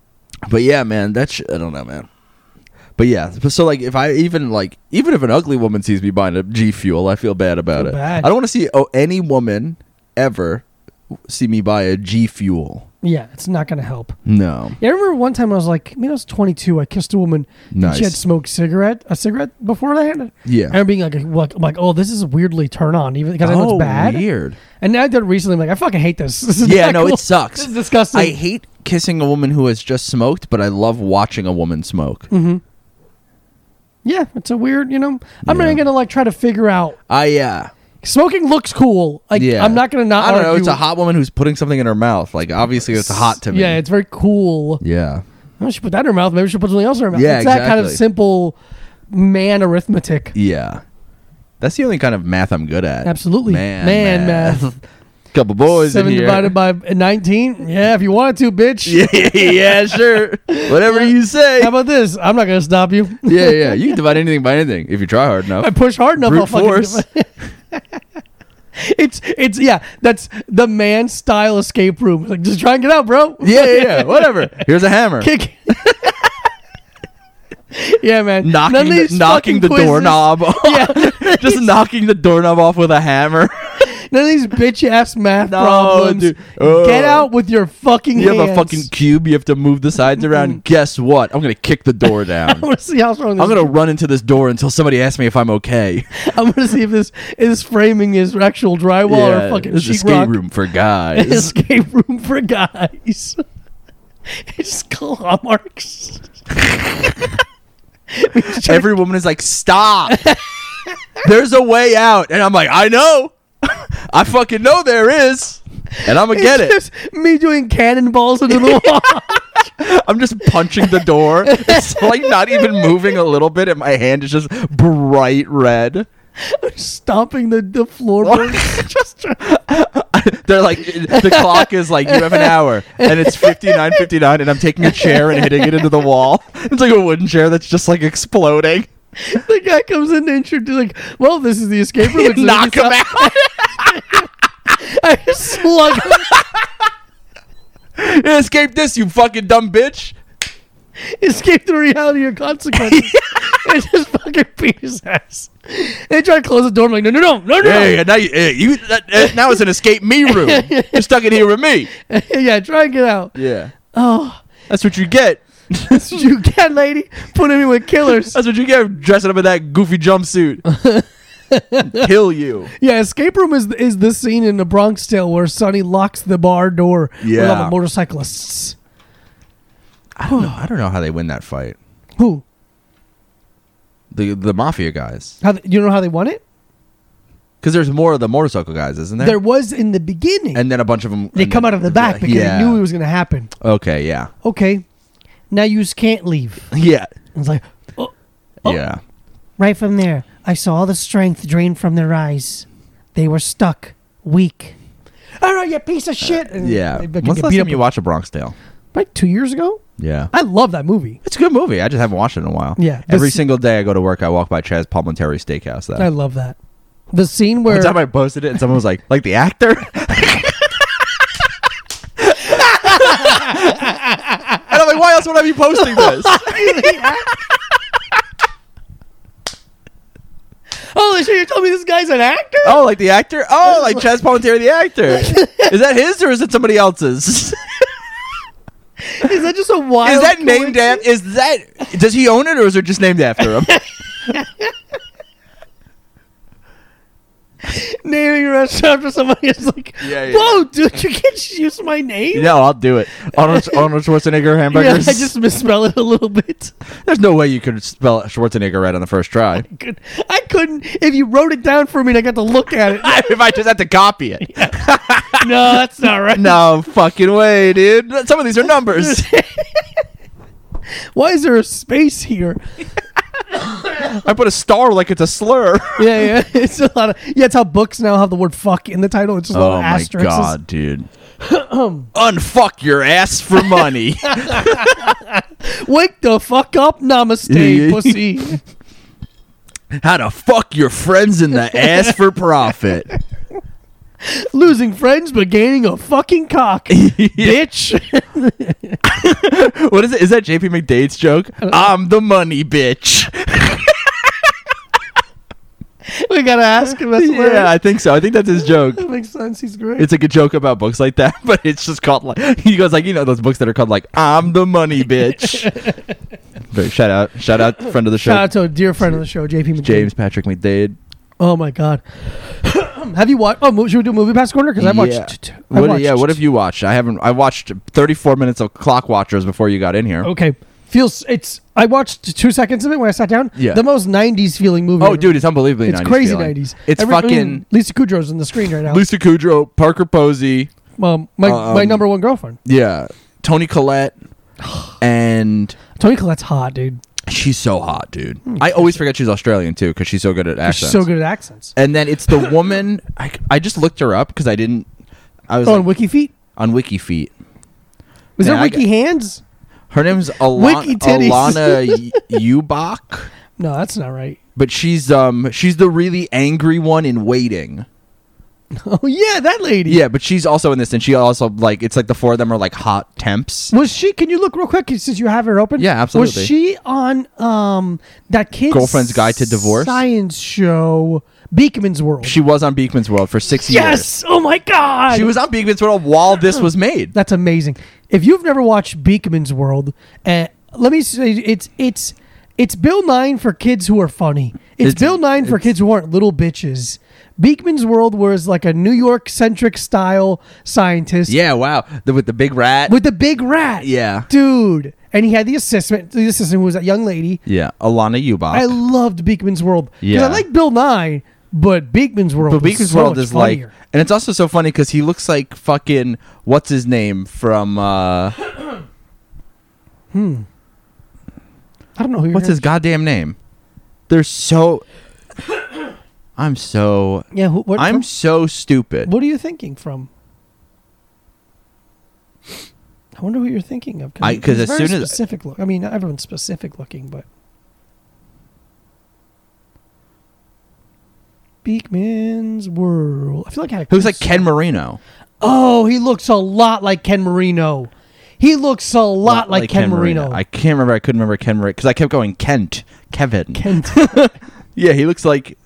S2: But yeah, man, that's sh- I don't know, man. But yeah, but so like if I even like even if an ugly woman sees me buying a G Fuel, I feel bad about
S1: Feel
S2: it.
S1: bad.
S2: I don't want to see oh, any woman ever see me buy a G Fuel.
S1: Yeah. It's not going to help.
S2: No,
S1: Yeah, I remember one time I was like, maybe I was 22. I kissed a woman. and
S2: Nice.
S1: She had smoked cigarette, a cigarette before I had it.
S2: Yeah.
S1: And I'm being like, like, I'm like, oh, this is weirdly turn on, even because I know it's bad.
S2: Oh, weird.
S1: And now I did it recently. I'm like, I fucking hate this. (laughs) This is
S2: Yeah,
S1: not
S2: no,
S1: cool.
S2: it sucks.
S1: This is disgusting.
S2: I hate kissing a woman who has just smoked, but I love watching a woman smoke.
S1: Mm-hmm. Yeah, it's a weird, you know. I'm not
S2: Yeah.
S1: even gonna like try to figure out.
S2: I yeah.
S1: Smoking looks cool. Like
S2: yeah.
S1: I'm not gonna not.
S2: I don't know.
S1: argue
S2: It's a
S1: with-
S2: hot woman who's putting something in her mouth. Like obviously it's hot to me.
S1: Yeah, it's very cool.
S2: yeah.
S1: Maybe she put that in her mouth. Maybe she put something else in her mouth.
S2: Yeah,
S1: it's that kind of
S2: exactly.
S1: simple man arithmetic.
S2: Yeah. That's the only kind of math I'm good at.
S1: Absolutely. Man
S2: (laughs)
S1: math.
S2: Couple boys
S1: Seven
S2: in here.
S1: divided by nineteen. Yeah, if you wanted to, bitch.
S2: (laughs) yeah,
S1: (laughs)
S2: yeah, sure. Whatever you say.
S1: How about this? I'm not gonna stop you.
S2: yeah, yeah. You can divide anything by anything if you try hard enough.
S1: (laughs) I push hard (laughs) enough.
S2: Brute
S1: I'll fucking
S2: force. (laughs)
S1: (laughs) it's it's yeah. That's the man style escape room. Like just try and get out, bro.
S2: yeah, yeah, yeah. Whatever. Here's a hammer.
S1: Kick. (laughs) yeah, man.
S2: knocking
S1: None of
S2: the,
S1: these
S2: knocking
S1: fucking
S2: the
S1: quizzes-
S2: doorknob. off.
S1: (laughs)
S2: (laughs)
S1: Yeah.
S2: Just knocking the doorknob off with a hammer.
S1: None of these bitch ass math
S2: No,
S1: problems.
S2: dude. Ugh.
S1: Get out with your fucking.
S2: You have a
S1: hands.
S2: fucking cube. You have to move the sides around. Guess what? I'm gonna kick
S1: (laughs)
S2: the
S1: (laughs)
S2: door
S1: I
S2: down.
S1: want to see how strong. This
S2: I'm gonna run into this door until somebody asks me if I'm
S1: (laughs)
S2: okay.
S1: I'm gonna see if this this framing is actual drywall or fucking
S2: this is escape
S1: sheetrock.
S2: room for guys.
S1: (laughs) escape room for guys. (laughs) it's claw (laughs) marks.
S2: Every woman is
S1: (laughs)
S2: like, "Stop! There's a way out," and I'm like, "I know. I fucking know there is." And I'm gonna get
S1: It's
S2: it.
S1: just me doing cannonballs into the
S2: (laughs)
S1: wall.
S2: I'm just punching
S1: (laughs)
S2: the door. It's like not even moving a little bit, and my hand is just bright red.
S1: stomping the, the floorboard. (laughs) just try-
S2: (laughs) They're like the clock is like you have an hour and it's 59 59 and I'm taking a chair and hitting it into the wall. It's like a wooden chair that's just like (laughs) exploding.
S1: the guy comes in to introduce, like, well, this is the escape
S2: (laughs)
S1: room. It's
S2: Knock him out.
S1: (laughs) I slug him.
S2: (laughs) Escape this, you fucking dumb bitch.
S1: escape the reality of
S2: (laughs)
S1: consequences. (laughs) and just fucking beat his ass. They try to close the door. I'm like, no, no, no, no, no.
S2: Hey, and now you, eh, you that- eh, now it's an escape me room. You're stuck in here with me.
S1: (laughs) yeah, try and get out.
S2: Yeah.
S1: Oh,
S2: That's what you get.
S1: that's
S2: (laughs)
S1: what you get, lady. Putting me with killers.
S2: That's what you get for dressing up in that goofy (laughs) jumpsuit. Kill you.
S1: Yeah, escape room is is this scene in The Bronx Tale where Sonny locks the bar door with all
S2: Yeah.
S1: the motorcyclists.
S2: I don't know. I don't know how they win that fight.
S1: Who?
S2: The the mafia guys.
S1: How? They, you know how they won it?
S2: Cuz there's more of the motorcycle guys, isn't
S1: There was in the beginning.
S2: and then a bunch of them
S1: they come out of the back because
S2: yeah.
S1: they knew it was going to happen.
S2: okay
S1: (laughs)
S2: yeah
S1: Okay, now you just can't leave.
S2: yeah
S1: It's like oh, Oh.
S2: yeah
S1: right from there, I saw the strength drain from their eyes. They were stuck, weak. All right, you piece of shit. And
S2: Uh, yeah
S1: they fucking
S2: when's the
S1: get beat
S2: last time
S1: up
S2: you watch a bronx tale
S1: Like two years ago.
S2: yeah
S1: I love that movie.
S2: it's a good movie i just haven't watched it in a while
S1: Yeah,
S2: every
S1: this-
S2: single day i go to work i walk by chaz palmentary steakhouse though
S1: I love that. The scene
S2: one
S1: where
S2: time i (laughs) posted it and someone was like like the actor (laughs) and i'm like why else would i be posting
S1: (laughs)
S2: this
S1: (laughs) Holy shit, you're telling me this guy's an actor?
S2: oh like the actor oh like chaz palmentary the
S1: (laughs)
S2: actor is that his or is it somebody else's
S1: Is that just a wild
S2: is that named after? Is that does he own it or is it just named after
S1: (laughs)
S2: him?
S1: coincidence? naming a restaurant for somebody is like
S2: Yeah, yeah.
S1: Whoa, dude, you can't just use my name?
S2: no, I'll do it.
S1: (laughs)
S2: Arnold, Arnold Schwarzenegger
S1: Yeah,
S2: hamburgers.
S1: I just misspell it a little bit.
S2: There's no way you could spell Schwarzenegger right on the
S1: (laughs)
S2: first try.
S1: Good. I couldn't if you wrote it down for me and I got to look at it.
S2: (laughs) if I just had to copy
S1: (laughs)
S2: it.
S1: no, that's not right.
S2: No fucking way, dude. Some of these
S1: (laughs)
S2: are numbers.
S1: Why is there a space
S2: (laughs)
S1: here?
S2: I put a star like it's
S1: (laughs)
S2: a slur.
S1: Yeah, yeah. It's a lot of yeah, it's how books now have the word fuck in the title. It's just a lot
S2: Oh
S1: of
S2: my
S1: asterisks. (clears throat)
S2: god, dude. Unfuck your ass for
S1: (laughs)
S2: money.
S1: Wake the fuck up,
S2: Yeah,
S1: namaste,
S2: yeah.
S1: pussy.
S2: (laughs) How to fuck your friends in the ass for profit.
S1: (laughs) Losing friends but gaining a fucking
S2: (laughs)
S1: cock.
S2: Bitch. what is it? Is that JP McDade's joke?
S1: Uh,
S2: I'm the money
S1: (laughs)
S2: bitch.
S1: (laughs) we gotta ask him. That's
S2: yeah, I think so. I think that's his joke.
S1: that makes sense. He's great.
S2: It's like a joke about books like that, (laughs) but it's just called like he goes like you know those books that are called like I'm the
S1: (laughs)
S2: money bitch. but shout out, shout out, friend of the show,
S1: Shout out to a dear friend of the show, JP McDade.
S2: James Patrick McDade.
S1: Oh my god. (clears throat) Have you watched? Oh, mo- should we do movie pass corner? Because I watched.
S2: Yeah.
S1: t- I
S2: What,
S1: watched
S2: yeah, what have you watched? I haven't. I watched 34 minutes of Clock Watchers before you got in here.
S1: Okay, feels it's. I watched two seconds of it when I sat down.
S2: Yeah.
S1: the most '90s feeling movie.
S2: Oh,
S1: ever.
S2: dude, it's unbelievably.
S1: it's
S2: 90s
S1: crazy
S2: feeling.
S1: '90s.
S2: It's
S1: Every- I mean,
S2: fucking
S1: Lisa Kudrow's on the screen right now.
S2: Lisa Kudrow, Parker Posey,
S1: Well, my my
S2: Um,
S1: number one girlfriend,
S2: yeah,
S1: (sighs)
S2: Tony Collette, and
S1: Tony Collette's hot, dude.
S2: she's so hot, dude. I always forget she's Australian too because she's so good at accents.
S1: Hmm, She's so good at accents.
S2: And then it's the woman. I, I just looked her up because I didn't. I was
S1: Oh,
S2: like,
S1: and Wiki Feet.
S2: on Wiki Feet.
S1: Was
S2: Yeah,
S1: there
S2: I
S1: Wiki Hands?
S2: Her name's Alana,
S1: Wiki titties. (laughs)
S2: Alana Y- Eubach,
S1: No, that's not right. (laughs)
S2: but she's um she's the really angry one in Waiting.
S1: Oh yeah, that lady.
S2: Yeah, but she's also in this, and she also like it's like the four of them are like hot temps.
S1: Was she? Can you look real quick since you have her open?
S2: Yeah, absolutely.
S1: Was she on um that kid's
S2: Girlfriend's Guide to Divorce?
S1: science show Beekman's World?
S2: She was on Beekman's World for six years.
S1: yes. Oh my god.
S2: She was on Beekman's World while this was made.
S1: That's amazing. If you've never watched Beekman's World, uh, let me say it's it's it's Bill Nye for kids who are funny. It's,
S2: It's-
S1: Bill Nye for kids who aren't little bitches. Beekman's World was like a New York centric style scientist
S2: Yeah, wow. The, with the big rat.
S1: with the big rat.
S2: Yeah.
S1: Dude. And he had the assistant, the assistant who was a young lady.
S2: yeah, Alana Eubach.
S1: I loved Beekman's World. 'Cause
S2: Yeah.
S1: I like Bill Nye, but Beekman's World
S2: but
S1: was
S2: Beekman's
S1: so
S2: World
S1: much
S2: is like,
S1: funnier.
S2: and it's also so funny because he looks like fucking what's his name
S1: (laughs)
S2: from uh
S1: I don't know who you're
S2: what's his goddamn name? They're so. I'm so.
S1: Yeah, who, what,
S2: I'm
S1: from-
S2: so stupid.
S1: What are you thinking from? I wonder what you're thinking of.
S2: I-
S1: it-
S2: 'cause
S1: it's
S2: as
S1: very
S2: soon as-
S1: specific look. I mean, not everyone's specific looking, but Beekman's World. I feel like I had a
S2: Who's like
S1: close-
S2: Ken Marino?
S1: Oh, he looks a lot like Ken Marino. He looks a lot like, Ken, Marino.
S2: I can't remember. I couldn't remember Ken Marino because I kept going Kent, Kevin. (laughs)
S1: Ken.
S2: Yeah, he looks like.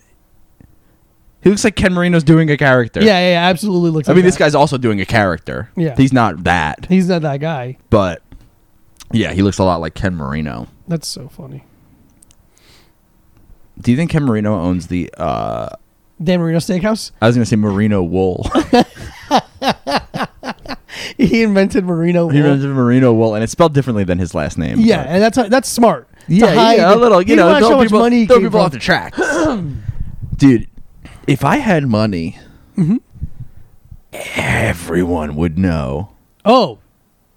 S2: He looks like Ken Marino's doing a character.
S1: yeah, yeah, yeah, absolutely looks.
S2: I
S1: like
S2: mean, this
S1: that.
S2: guy's also doing a character.
S1: Yeah.
S2: He's not that,
S1: He's not that guy.
S2: but yeah, he looks a lot like Ken Marino.
S1: That's so funny.
S2: Do you think Ken Marino owns the? uh
S1: Dan Marino Steakhouse. (laughs)
S2: I was gonna say Merino wool. (laughs)
S1: He invented Marino.
S2: he
S1: wool.
S2: owns Merino wool, and it's spelled differently than his last name.
S1: Yeah,
S2: but-
S1: and that's that's smart. To
S2: yeah,
S1: hide-
S2: yeah, a little. You
S1: Think
S2: know,
S1: about
S2: throw
S1: how much
S2: people,
S1: money he
S2: throw
S1: came
S2: people
S1: from.
S2: off
S1: (clears throat)
S2: the track. Dude, if I had money,
S1: Mm-hmm.
S2: everyone would know.
S1: Oh,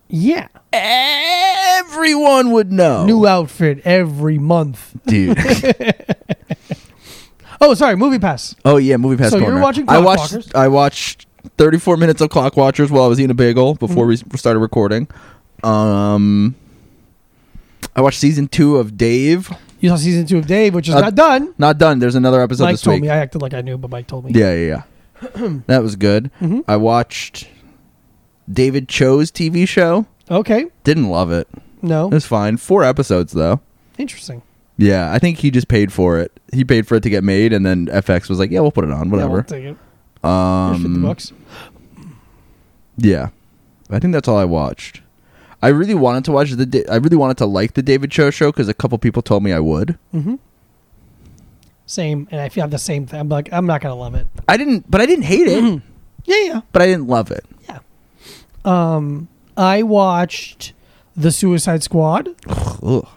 S1: yeah,
S2: Everyone would know.
S1: new outfit every month. (laughs)
S2: dude.
S1: Oh, sorry, movie pass.
S2: oh yeah, movie pass.
S1: So you're
S2: corner.
S1: watching
S2: I
S1: Clock
S2: watched.
S1: Watchers?
S2: I watched 34 minutes of Clock Watchers while I was eating a bagel before
S1: Mm-hmm.
S2: we started recording. Um, I watched season two of Dave.
S1: You saw season two of Dave, which is
S2: Uh,
S1: not done.
S2: Not done. There's another episode
S1: Mike
S2: this
S1: told
S2: week.
S1: me. I acted like I knew, but Mike told me.
S2: yeah, yeah,
S1: (clears throat)
S2: yeah. that was good.
S1: Mm-hmm.
S2: I watched David Cho's TV show.
S1: Okay.
S2: Didn't love it.
S1: No.
S2: It was fine. Four episodes though.
S1: Interesting.
S2: Yeah, I think he just paid for it. He paid for it to get made, and then FX was like, "Yeah, we'll put it on,
S1: Yeah, we'll
S2: whatever." Um,
S1: take it.
S2: Yeah,
S1: Here's 50 bucks.
S2: yeah. I think that's all I watched. I really wanted to watch the. Da- I really wanted to like the David Cho show because a couple people told me I would.
S1: Same, and I feel I have the same thing. I'm like, I'm not gonna love it.
S2: I didn't, but I didn't hate it.
S1: Mm-hmm. Yeah, yeah.
S2: But I didn't love it.
S1: Yeah. Um, I watched the Suicide Squad.
S2: Ugh,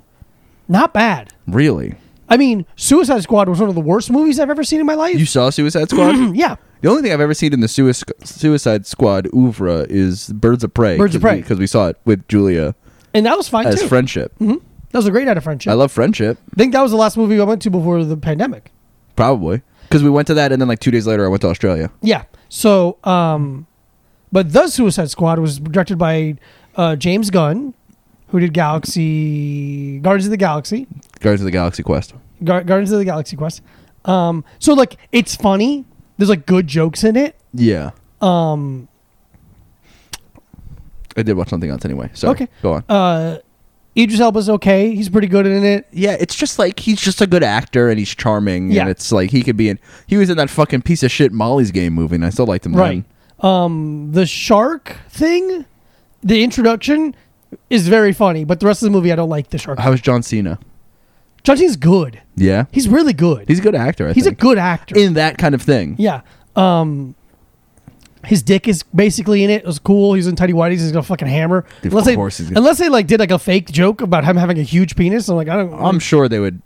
S1: Not bad.
S2: really?
S1: I mean, Suicide Squad was one of the worst movies I've ever seen in my life.
S2: You saw Suicide
S1: (clears throat)
S2: Squad?
S1: yeah.
S2: the only thing I've ever seen in the Suic- Suicide Squad oeuvre is Birds of Prey.
S1: Birds of Prey.
S2: because we saw it with Julia
S1: And that was fine
S2: as
S1: too. Mm-hmm.
S2: friendship.
S1: that was a great night of friendship.
S2: I love friendship,
S1: I think that was the last movie I went to before the pandemic.
S2: probably because we went to that, and then like two days later, I went to Australia.
S1: Yeah. So, um, but the Suicide Squad was directed by uh, James Gunn, who did Galaxy Guardians of the Galaxy,
S2: Guardians of the Galaxy Quest.
S1: Gar- Guardians of the Galaxy Quest. Um, so like it's funny. There's like good jokes in it.
S2: Yeah. Um. I did watch something else anyway. So
S1: Okay.
S2: go on.
S1: Uh, Idris Elba's okay. He's pretty good in it.
S2: yeah, it's just like he's just a good actor and he's charming
S1: Yeah.
S2: and it's like he could be in. He was in that fucking piece of shit Molly's Game movie and I still liked him.
S1: Right.
S2: Right.
S1: Um, the shark thing, the introduction is very funny, but the rest of the movie I don't like the shark.
S2: Then. How was John Cena?
S1: John Cena's good.
S2: Yeah.
S1: He's really good.
S2: He's a good actor. I
S1: He's a
S2: think.
S1: good actor.
S2: in that kind of thing.
S1: yeah. Um, his dick is basically in it. It was cool. He's in tidy whities. He's gonna fucking hammer.
S2: Of
S1: unless
S2: course
S1: they,
S2: he's gonna-
S1: unless they like did like a fake joke about him having a huge penis. I'm like, I don't.
S2: I'm sure they would.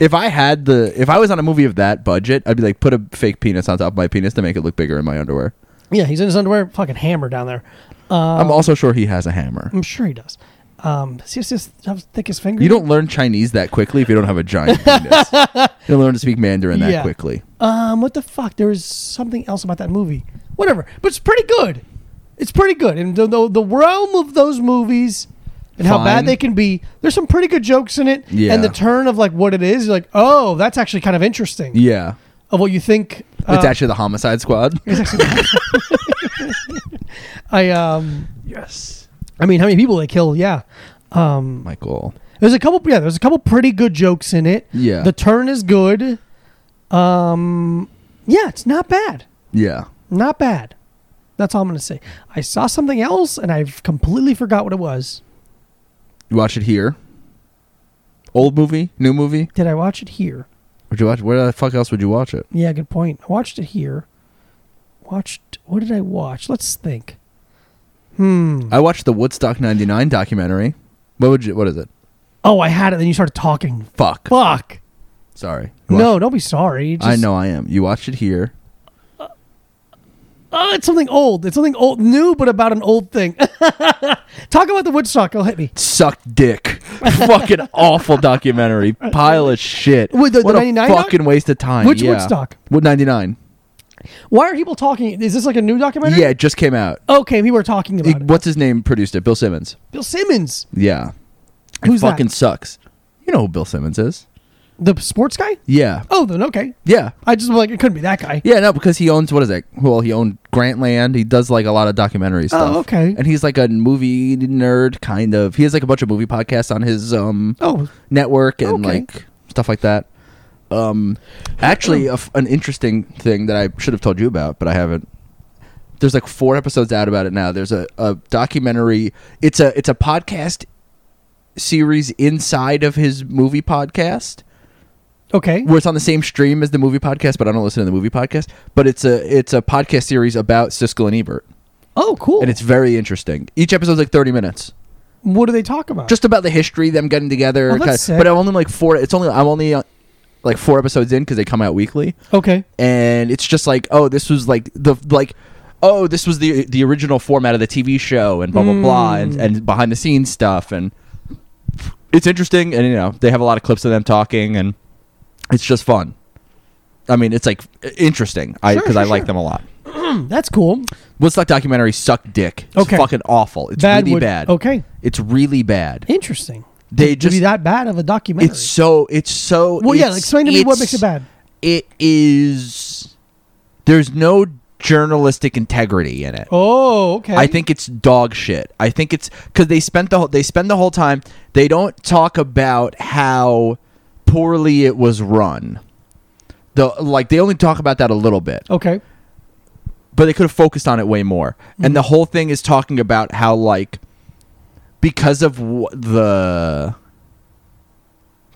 S2: If I had the, if I was on a movie of that budget, I'd be like, put a fake penis on top of my penis to make it look bigger in my underwear.
S1: yeah, he's in his underwear, fucking hammer down there. Um,
S2: I'm also sure he has a hammer.
S1: I'm sure he does. Um, see, it's just how thick his finger.
S2: You don't learn Chinese that quickly if you don't have
S1: (laughs)
S2: a giant penis. You don't learn to speak Mandarin that
S1: Yeah.
S2: quickly.
S1: Um, what the fuck? There was something else about that movie. Whatever, but it's pretty good. It's pretty good, and the the, the realm of those movies and how
S2: Fine.
S1: bad they can be. There's some pretty good jokes in it,
S2: Yeah.
S1: and the turn of like what it is, you're like, oh, that's actually kind of interesting.
S2: Yeah.
S1: Of what you think. uh,
S2: It's actually the Homicide Squad.
S1: (laughs) I um,
S2: Yes.
S1: I mean, how many people they kill? Yeah. Um,
S2: Michael.
S1: there's a couple. Yeah, there's a couple pretty good jokes in it.
S2: Yeah.
S1: The turn is good. Um, yeah, it's not bad.
S2: Yeah.
S1: Not bad. That's all I'm gonna say. I saw something else and I've completely forgot what it was.
S2: You watch it here. Old movie, new movie.
S1: Did I watch it here?
S2: Would you watch? Where the fuck else would you watch it?
S1: Yeah, good point. I watched it here. Watched. What did I watch? Let's think. Hmm.
S2: I watched the Woodstock '99 documentary. What would you? What is it?
S1: Oh, I had it. Then you started talking.
S2: Fuck.
S1: Fuck.
S2: Sorry. You watched-
S1: No, don't be sorry. Just,
S2: I know I am. You watched it here.
S1: Oh, it's something old. It's something old, new, but about an old thing. (laughs) Talk about the Woodstock. It'll hit me.
S2: Suck
S1: (laughs)
S2: dick. Fucking awful documentary. Pile of shit.
S1: Wait, the- the
S2: what a
S1: 99 doc?
S2: fucking waste of time.
S1: Which
S2: yeah.
S1: Woodstock?
S2: Wood 99.
S1: Why are people talking? Is this like a new documentary?
S2: Yeah, it just came out.
S1: Okay, people are talking about
S2: It-
S1: it.
S2: what's his name produced it? Bill Simmons.
S1: Bill Simmons,
S2: Yeah. It
S1: Who's that?
S2: fucking sucks. You know who Bill Simmons is.
S1: the sports guy.
S2: Yeah.
S1: Oh, then okay.
S2: Yeah.
S1: I just was like it couldn't be that guy.
S2: Yeah, no, because he owns what is it? Well, he owned Grantland. He does like a lot of documentary stuff.
S1: Oh, okay.
S2: And he's like a movie nerd, kind of. He has like a bunch of movie podcasts on his um
S1: Oh,
S2: network and
S1: Okay.
S2: like stuff like that. Um, actually, a f an interesting thing that I should have told you about, but I haven't. There's like four episodes out about it now. There's a, a documentary. It's a it's a podcast series inside of his movie podcast
S1: okay.
S2: where it's on the same stream as the movie podcast, but I don't listen to the movie podcast. But it's a it's a podcast series about Siskel and Ebert,
S1: Oh, cool.
S2: and it's very interesting. Each episode's like 30 minutes.
S1: what do they talk about?
S2: just about the history them getting together.
S1: Oh, that's
S2: kinda-
S1: sick.
S2: But I'm only like four. It's only I'm only uh, like four episodes in because they come out weekly,
S1: okay.
S2: and it's just like oh, this was like the like oh, this was the the original format of the TV show and blah blah blah
S1: Hmm.
S2: and, and behind the scenes stuff and it's interesting and you know they have a lot of clips of them talking and it's just fun. I mean, it's like interesting. I
S1: Sure,
S2: because
S1: sure,
S2: I like
S1: sure.
S2: them a lot.
S1: Hmm, That's cool.
S2: Woodstock documentary suck dick. It's
S1: Okay.
S2: fucking awful. It's really
S1: would-
S2: bad.
S1: Okay.
S2: It's really bad.
S1: Interesting.
S2: They
S1: Would
S2: just-
S1: be that bad of a documentary.
S2: It's so. It's so.
S1: well, yeah.
S2: it's-
S1: Explain to me what
S2: it's-
S1: makes it bad.
S2: It is. There's no journalistic integrity in it.
S1: Oh, okay.
S2: I think it's dog shit. I think it's because they spent the whole they spend the whole time. They don't talk about how poorly it was run. The like they only talk about that a little bit
S1: Okay.
S2: but they could have focused on it way more. And the whole thing is talking about how like because of w- the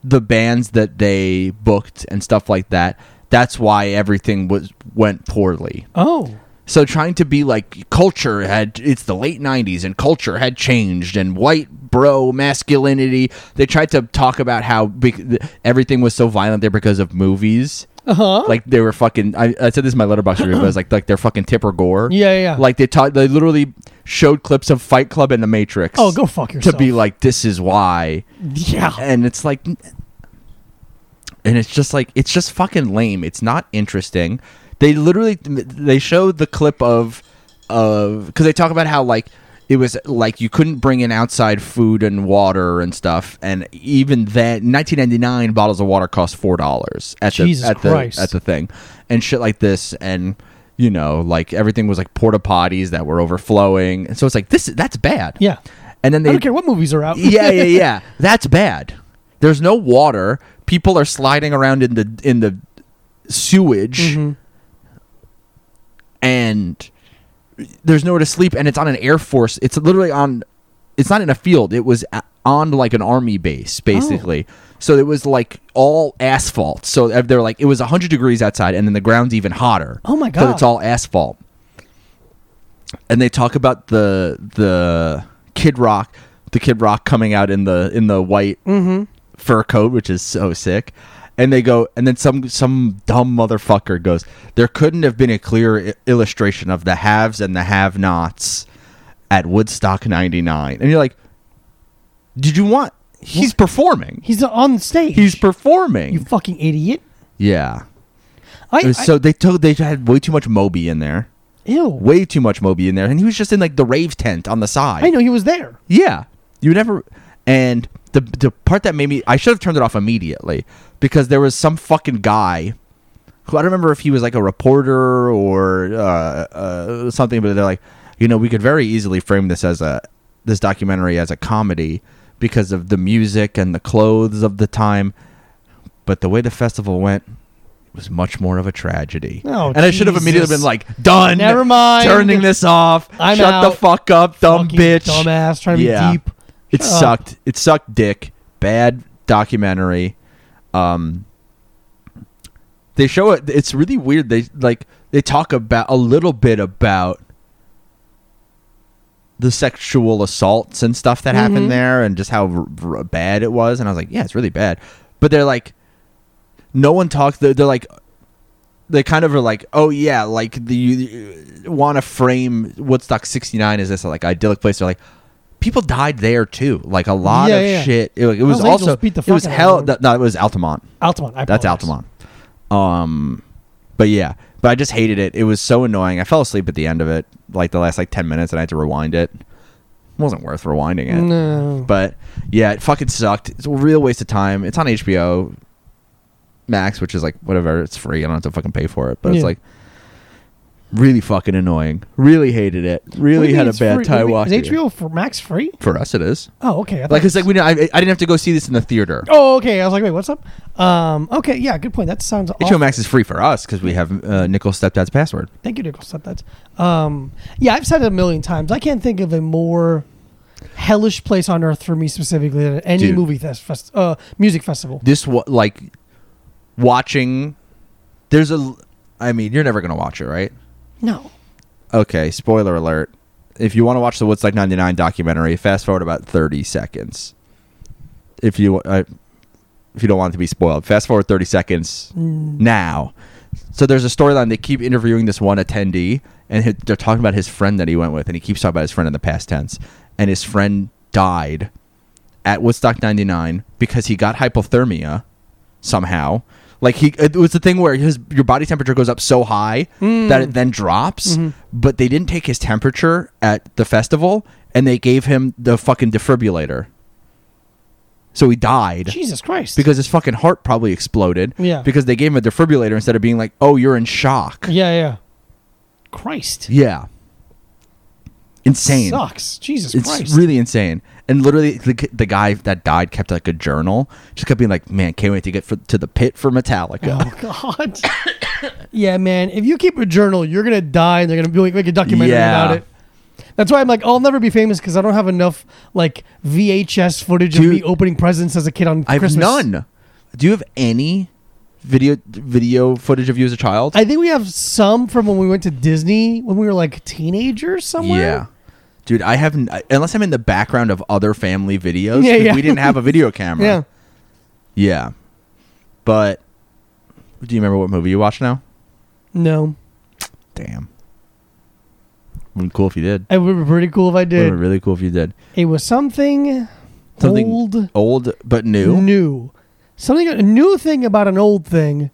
S2: the bands that they booked and stuff like that, that's why everything was went poorly.
S1: Oh.
S2: So trying to be like culture had it's the late 90s and culture had changed and white bro masculinity. They tried to talk about how big, everything was so violent there because of movies
S1: Uh huh.
S2: like they were fucking. I, I said this in my letterbox review, but it's like like they're fucking Tipper Gore.
S1: Yeah, yeah, yeah.
S2: Like they taught, they literally showed clips of Fight Club and The Matrix.
S1: Oh, go fuck
S2: to
S1: yourself.
S2: be like this is why,
S1: (laughs) yeah.
S2: and it's like, and it's just like it's just fucking lame. It's not interesting. They literally they showed the clip of of because they talk about how like. It was like you couldn't bring in outside food and water and stuff, and even then, 1999 bottles of water cost four dollars at the
S1: Jesus
S2: at the
S1: Christ.
S2: at the thing and shit like this and you know like everything was like porta potties that were overflowing and so it's like this that's bad
S1: Yeah.
S2: and then
S1: I
S2: they
S1: don't care what movies are out.
S2: yeah yeah yeah that's bad there's no water people are sliding around in the in the sewage
S1: Mm-hmm.
S2: and there's nowhere to sleep and it's on an air force it's literally on it's not in a field. It was a- on like an army base basically.
S1: Oh.
S2: So it was like all asphalt. So uh, they're like it was 100 degrees outside and then the ground's even hotter.
S1: Oh my
S2: So it's
S1: God.
S2: all asphalt. And they talk about the the Kid Rock, the Kid Rock coming out in the in the white
S1: Mm-hmm.
S2: fur coat, which is so sick. And they go, and then some some dumb motherfucker goes. There couldn't have been a clearer i- illustration of the haves and the have-nots at Woodstock '99. And you're like, did you want? He's performing.
S1: (laughs) He's on stage.
S2: He's performing.
S1: you fucking idiot.
S2: yeah.
S1: I,
S2: It was
S1: I-
S2: so they told they had way too much Moby in there,
S1: ew.
S2: way too much Moby in there, and he was just in like the rave tent on the side.
S1: I know he was there.
S2: Yeah, you never. And the the part that made me I should have turned it off immediately because there was some fucking guy who I don't remember if he was like a reporter or uh, uh, something, but they're like, you know, we could very easily frame this as a this documentary as a comedy because of the music and the clothes of the time, but the way the festival went was much more of a tragedy.
S1: Oh,
S2: and I should have immediately
S1: Jesus.
S2: been like, done.
S1: Never mind.
S2: Turning this off.
S1: I'm
S2: Shut the
S1: out.
S2: fuck up, dumb
S1: Fucking
S2: bitch.
S1: Dumbass. Trying to
S2: Yeah.
S1: be deep.
S2: It
S1: Shut up.
S2: sucked. It sucked dick. Bad documentary. Um they show it it's really weird. They like they talk about a little bit about the sexual assaults and stuff that
S1: Mm-hmm.
S2: happened there and just how r- r- bad it was and I was like, "Yeah, it's really bad." But they're like no one talks they're, they're like they kind of are like, oh yeah, like the you want to frame Woodstock '69 as this like idyllic place. They're like, people died there too, like a lot
S1: Yeah,
S2: of
S1: yeah.
S2: shit. It, it was
S1: Hells Angels
S2: also
S1: beat the
S2: it was
S1: fuck out of
S2: hell.
S1: them.
S2: th- No, it was Altamont.
S1: Altamont. I
S2: That's
S1: apologize.
S2: Altamont. Um, but yeah, but I just hated it. It was so annoying. I fell asleep at the end of it, like the last like ten minutes, and I had to rewind it. it wasn't worth rewinding it.
S1: No.
S2: But yeah, it fucking sucked. It's a real waste of time. It's on HBO Max, which is like whatever. It's free. I don't have to fucking pay for it. But it's
S1: Yeah.
S2: like really fucking annoying. Really hated it. Really had a bad time watching
S1: Is
S2: it.
S1: HBO for Max free?
S2: For us, it is.
S1: Oh, okay. I thought
S2: Like
S1: it
S2: it's like we didn't, I, I didn't have to go see this in the theater.
S1: Oh, okay. I was like, wait, what's up? Um, okay, yeah, good point. That sounds awful.
S2: HBO Max is free for us because we have uh, Nichols stepdad's password.
S1: Thank you, Nicole. Said that. Um, yeah, I've said it a million times. I can't think of a more hellish place on earth for me specifically than any
S2: Dude.
S1: movie fest, fest uh, music festival.
S2: This wa- like watching. There's a. I mean, you're never gonna watch it, right?
S1: No.
S2: Okay, spoiler alert. If you want to watch the Woodstock 99 documentary, fast forward about 30 seconds. If you uh, if you don't want it to be spoiled, fast forward 30 seconds now. So there's a storyline they keep interviewing this one attendee and he- they're talking about his friend that he went with and he keeps talking about his friend in the past tense and his friend died at Woodstock 99 because he got hypothermia somehow. Like he, it was the thing where his your body temperature goes up so high that it then drops. But they didn't take his temperature at the festival, and they gave him the fucking defibrillator. So he died
S1: Jesus Christ.
S2: because his fucking heart probably exploded.
S1: Yeah.
S2: Because they gave him a defibrillator instead of being like, "Oh, you're in shock."
S1: yeah, yeah. Christ.
S2: Yeah. Insane.
S1: Sucks. Jesus
S2: It's
S1: Christ.
S2: really insane. And literally, the, the guy that died kept like a journal. Just kept being like, "Man, can't wait to get for, to the pit for Metallica."
S1: Oh (laughs) God! yeah, man. If you keep a journal, you're gonna die, and they're gonna be- make a documentary
S2: Yeah.
S1: about it. That's why I'm like, I'll never be famous because I don't have enough like VHS footage of me
S2: Dude.
S1: opening presents as a kid on
S2: I have
S1: Christmas.
S2: none. Do you have any video video footage of you as a child?
S1: I think we have some from when we went to Disney when we were like teenagers somewhere.
S2: yeah. Dude, I haven't unless I'm in the background of other family videos.
S1: Yeah,
S2: 'cause
S1: yeah.
S2: We didn't have
S1: (laughs)
S2: a video camera.
S1: yeah.
S2: Yeah. But do you remember what movie you watched now?
S1: No,
S2: Damn. Wouldn't be cool if you did.
S1: it would be pretty cool if I
S2: Would've
S1: did.
S2: been really cool if you did.
S1: It was something,
S2: Something
S1: old,
S2: old but new.
S1: new, something a new thing about an old thing.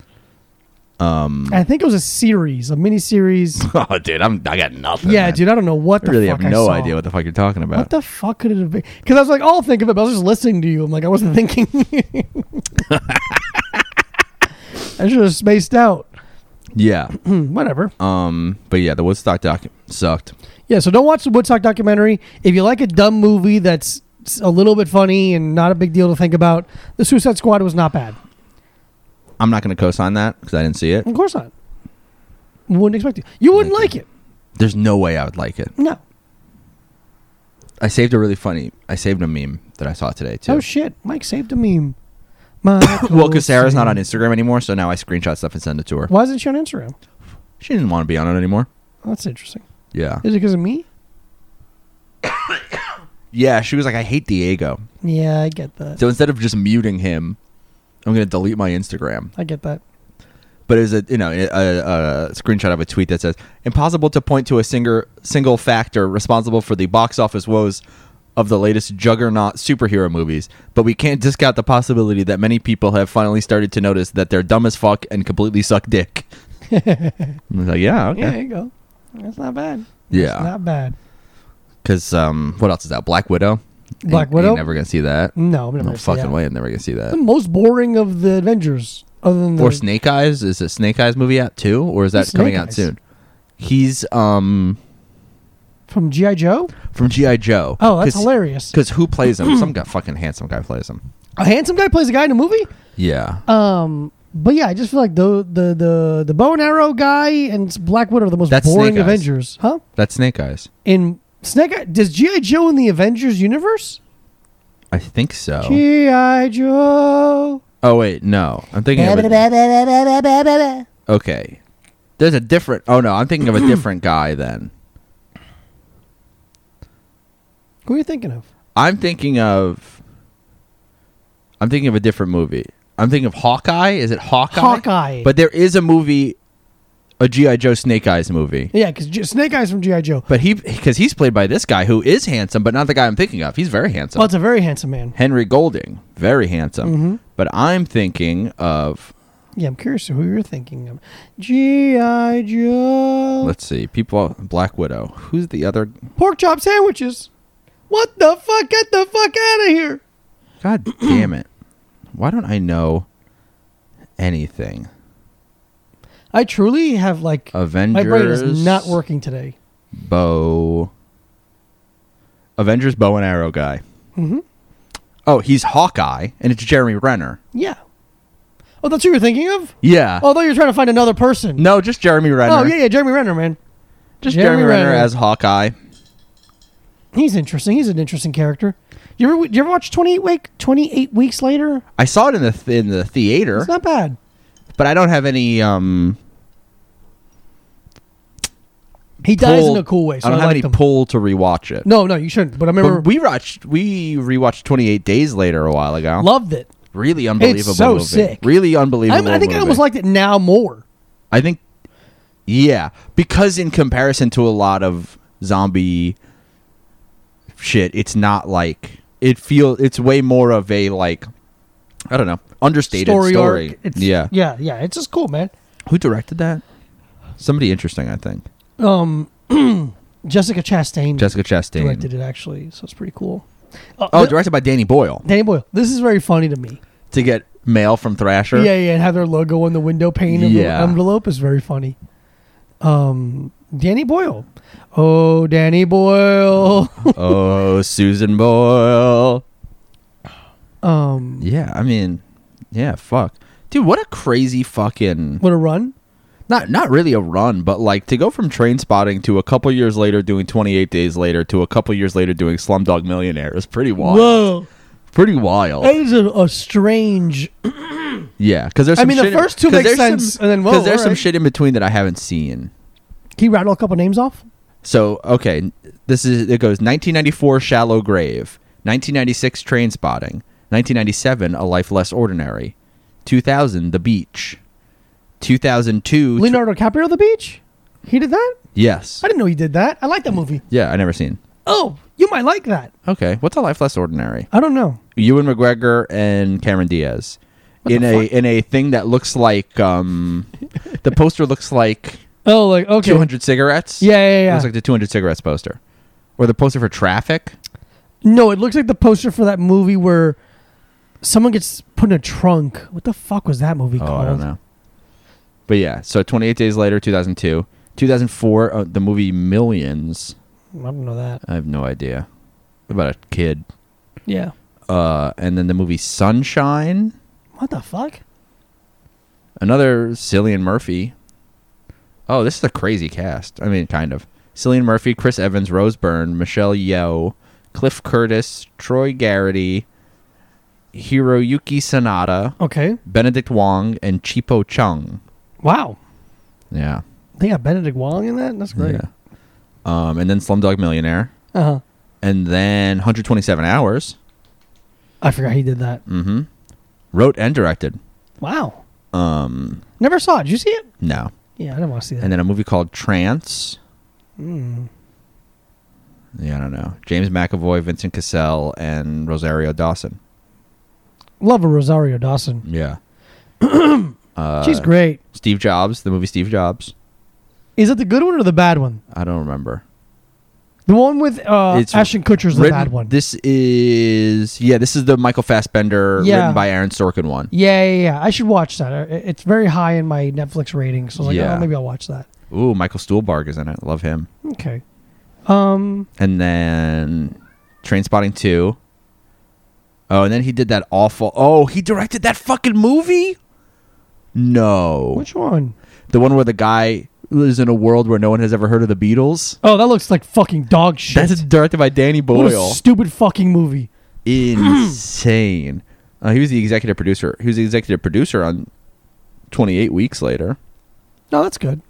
S2: Um
S1: I think it was a series, a mini
S2: (laughs)
S1: series.
S2: (laughs) Oh dude, I'm I got nothing.
S1: Yeah,
S2: man.
S1: dude, I don't know what
S2: I
S1: the
S2: really
S1: fuck
S2: have
S1: I
S2: no
S1: saw.
S2: idea what the fuck you're talking
S1: What
S2: about.
S1: the fuck could it have been? Because I was like, I'll think of it, but I was just listening to you. I'm like, I wasn't (laughs)
S2: (laughs)
S1: thinking. I should have spaced out.
S2: yeah.
S1: Hmm, Whatever.
S2: Um but yeah, the Woodstock doc sucked.
S1: Yeah, so don't watch the Woodstock documentary. If you like a dumb movie that's s- a little bit funny and not a big deal to think about, The Suicide Squad was not bad.
S2: I'm not going to co-sign that because I didn't see it.
S1: Of course not. Wouldn't expect it. You wouldn't like it.
S2: There's no way I would like it.
S1: No.
S2: I saved a really funny. I saved a meme that I saw today too.
S1: Oh shit! Mike saved a meme. (coughs)
S2: (coughs) well, because Sarah's not on Instagram anymore, so now I screenshot stuff and send it to her.
S1: Why isn't she on Instagram?
S2: She didn't want to be on it anymore.
S1: Oh, that's interesting.
S2: Yeah,
S1: Is it because of me?
S2: yeah. She was like, "I hate Diego."
S1: Yeah, I get that.
S2: So instead of just muting him, I'm gonna delete my Instagram.
S1: I get that.
S2: But it was a you know a, a, a screenshot of a tweet that says, "Impossible to point to a singer, single factor responsible for the box office woes." Of the latest juggernaut superhero movies, but we can't discount the possibility that many people have finally started to notice that they're dumb as fuck and completely suck
S1: (laughs)
S2: dick. I was like, yeah,
S1: Yeah,
S2: okay,
S1: there you go. That's not bad.
S2: yeah,
S1: It's not bad.
S2: Because um, what else is out? Black Widow. Ain't-
S1: Black
S2: ain't
S1: Widow?
S2: never gonna see that.
S1: No, I'm never
S2: No
S1: gonna say
S2: fucking
S1: that.
S2: way. I'm never gonna see
S1: The
S2: that.
S1: most boring of the Avengers, other than the,
S2: Or Snake Eyes. Is a Snake Eyes movie out too, or is that
S1: Who's
S2: coming
S1: Snake
S2: out
S1: Eyes?
S2: soon? He's um
S1: from GI Joe.
S2: from GI Joe.
S1: Oh, that's hilarious.
S2: Because who plays
S1: (clears throat)
S2: him? Some guy, fucking handsome guy plays him. Uh,
S1: A handsome guy plays a guy in a movie.
S2: Yeah.
S1: Um, but yeah, I just feel like the the the the bow and arrow guy and Black Widow are the most
S2: That's
S1: boring
S2: Snake Eyes.
S1: Avengers, huh?
S2: That's Snake Eyes.
S1: In Snake Eye, does GI Joe in the Avengers universe?
S2: I think so.
S1: GI Joe.
S2: Oh wait, no. I'm thinking of a,
S1: Wait,
S2: okay. There's a different. Oh no,
S1: (clears throat)
S2: I'm thinking of a different guy then.
S1: Who are you thinking of?
S2: I'm thinking of. I'm thinking of a different movie. I'm thinking of Hawkeye. Is it Hawkeye?
S1: Hawkeye.
S2: But there is a movie, a GI Joe Snake Eyes movie.
S1: Yeah, because J- Snake Eyes from GI Joe.
S2: But he because he's played by this guy who is handsome, but not the guy I'm thinking of. He's very handsome.
S1: Oh, it's a Mm-hmm. very handsome man.
S2: Henry Golding, very handsome. But I'm thinking of
S1: Yeah, I'm curious who you're thinking of. GI Joe.
S2: let's see, people Black Widow. Who's the other?
S1: Pork chop sandwiches. What the fuck? Get the fuck out of here. (clears throat)
S2: God damn it! Why don't I know anything?
S1: I truly have like
S2: Avengers.
S1: my brain is not working today.
S2: bow. Avengers bow and arrow guy. Mm-hmm. Oh, he's Hawkeye, and it's Jeremy Renner.
S1: Yeah. Oh, that's who you're thinking of? Oh,
S2: Yeah.
S1: Although you're trying to find another person.
S2: No, just Jeremy Renner.
S1: Oh yeah, yeah, Jeremy Renner, man.
S2: Just Jeremy, Renner. as Hawkeye.
S1: he's interesting. He's an interesting character. You ever you ever watch Twenty Eight Week Twenty Eight Weeks Later?
S2: I saw it in the th- in the theater,
S1: It's not bad.
S2: but I don't have any um.
S1: He dies
S2: pull-
S1: in a cool way. So
S2: I
S1: I,
S2: don't have
S1: liked
S2: any
S1: him.
S2: pull to rewatch it.
S1: no, no, you shouldn't. But I remember
S2: But we watched we rewatched Twenty Eight Days Later a while ago.
S1: loved it.
S2: really unbelievable.
S1: so
S2: movie.
S1: sick.
S2: Really
S1: I,
S2: unbelievable.
S1: I think I
S2: movie.
S1: almost liked it now more.
S2: I think, yeah, because in comparison to a lot of zombie shit, it's not like it feel. It's way more of a like, I don't know, understated story.
S1: Story arc. It's,
S2: yeah.
S1: yeah, yeah. It's just cool, man.
S2: who directed that? Somebody interesting, I think.
S1: Um, Jessica Chastain
S2: Jessica Chastain.
S1: directed it actually, so it's pretty cool. Uh,
S2: Oh,
S1: th-
S2: directed by Danny Boyle
S1: Danny Boyle. This is very funny to me.
S2: to get mail from Thrasher.
S1: Yeah, yeah, and have their logo on the window pane of
S2: Yeah.
S1: the envelope is very funny. Um, Danny Boyle. Oh, Danny Boyle.
S2: (laughs)
S1: (laughs)
S2: oh, Susan Boyle.
S1: um,
S2: Yeah, I mean, yeah, fuck, dude, what a crazy fucking.
S1: what a run.
S2: not not really a run, but like to go from train spotting to a couple years later doing 28 days later to a couple years later doing Slumdog Millionaire is pretty wild.
S1: Whoa.
S2: Pretty wild.
S1: That is a, a strange.
S2: yeah, because there's
S1: I
S2: some
S1: mean, the
S2: shit
S1: first two make sense, and then, whoa,
S2: because there's some
S1: alright.
S2: shit in between that I haven't seen.
S1: Can you rattle a couple names off?
S2: So okay, this is it goes 1994 Shallow Grave, 1996 Train Spotting, 1997 A Life Less Ordinary, 2000 The Beach, 2002
S1: Leonardo DiCaprio, The Beach. He did that.
S2: yes,
S1: I didn't know he did that. I like that movie.
S2: yeah, I never seen.
S1: Oh, you might like that.
S2: Okay, what's A Life Less Ordinary?
S1: I don't know.
S2: Ewan McGregor and Cameron Diaz in
S1: the
S2: a in a thing that looks like um, the poster looks like
S1: Oh, like (laughs) okay.
S2: 200 cigarettes.
S1: Yeah, yeah,
S2: It
S1: yeah.
S2: looks like the 200 cigarettes poster, or the poster for Traffic.
S1: no, it looks like the poster for that movie where someone gets put in a trunk. What the fuck was that movie
S2: Oh,
S1: called?
S2: I don't know. But yeah, so 28 days later, 2002, 2004, uh, the movie Millions.
S1: I don't know that.
S2: I have no idea about a kid.
S1: Yeah.
S2: Uh, and then the movie Sunshine,
S1: What the fuck?
S2: another Cillian Murphy. Oh, this is a crazy cast. I mean, kind of. Cillian Murphy, Chris Evans, Rose Byrne, Michelle Yeoh, Cliff Curtis, Troy Garrity, Hiroyuki Sanada,
S1: Okay.
S2: Benedict Wong, and Chipo Chung.
S1: Wow.
S2: Yeah.
S1: They got Benedict Wong in that. That's great.
S2: Yeah. Um, and then Slumdog Millionaire.
S1: Uh huh.
S2: And then 127 Hours.
S1: I forgot he did that.
S2: Mm-hmm. Wrote and directed.
S1: Wow.
S2: Um,
S1: Never saw it. Did you see it?
S2: no.
S1: Yeah, I didn't want to see that.
S2: And then a movie called Trance.
S1: Mm.
S2: Yeah, I don't know. James McAvoy, Vincent Cassell, and Rosario Dawson.
S1: Love a Rosario Dawson.
S2: Yeah. Uh,
S1: She's great.
S2: Steve Jobs, the movie Steve Jobs.
S1: Is it the good one or the bad one?
S2: I don't remember.
S1: The one with uh,
S2: It's
S1: Ashton Kutcher's the
S2: Written-
S1: bad one.
S2: This is yeah. This is the Michael Fassbender
S1: Yeah.
S2: written by Aaron Sorkin one.
S1: yeah, yeah, yeah. I should watch that. Uh, it- It's very high in my Netflix rating, so I was like,
S2: Yeah.
S1: oh, maybe I'll watch that.
S2: Ooh, Michael Stuhlbarg is in it. Love him.
S1: Okay. Um.
S2: And then Train Spotting two. Oh, and then he did that awful. Oh, he directed that fucking movie. No,
S1: Which one?
S2: the one where the guy lives in a world where no one has ever heard of the Beatles.
S1: Oh, that looks like fucking dog shit.
S2: That's directed by Danny
S1: what
S2: Boyle.
S1: a stupid fucking movie.
S2: (clears throat) Insane. Uh, he was the executive producer. He was the executive producer on Twenty Eight Weeks Later.
S1: No, that's good.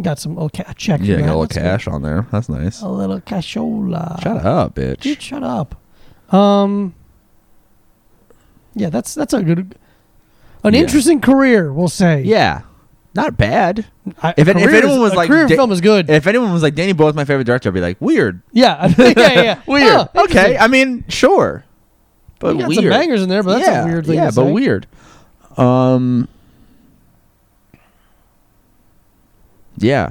S1: Got some little ca- check. from
S2: Yeah, got
S1: that.
S2: a little
S1: That's good.
S2: cash on there. That's nice.
S1: A little cashola.
S2: Shut up, bitch.
S1: Oh, Dude, shut up. Um. Yeah, that's that's a good, an
S2: Yeah.
S1: interesting career. We'll say.
S2: Yeah, not bad.
S1: I,
S2: If
S1: a
S2: it- if
S1: career
S2: anyone
S1: is-
S2: was
S1: a
S2: like
S1: career in
S2: da-
S1: film is good.
S2: If anyone was like Danny Boyle's my favorite director, I'd be like weird, (laughs)
S1: yeah, yeah, yeah. (laughs)
S2: weird.
S1: Oh,
S2: okay,
S1: interesting.
S2: I mean, sure, but
S1: you got
S2: weird.
S1: some bangers in there, but that's
S2: yeah,
S1: a weird thing.
S2: yeah,
S1: to
S2: but
S1: say.
S2: weird. Um, yeah,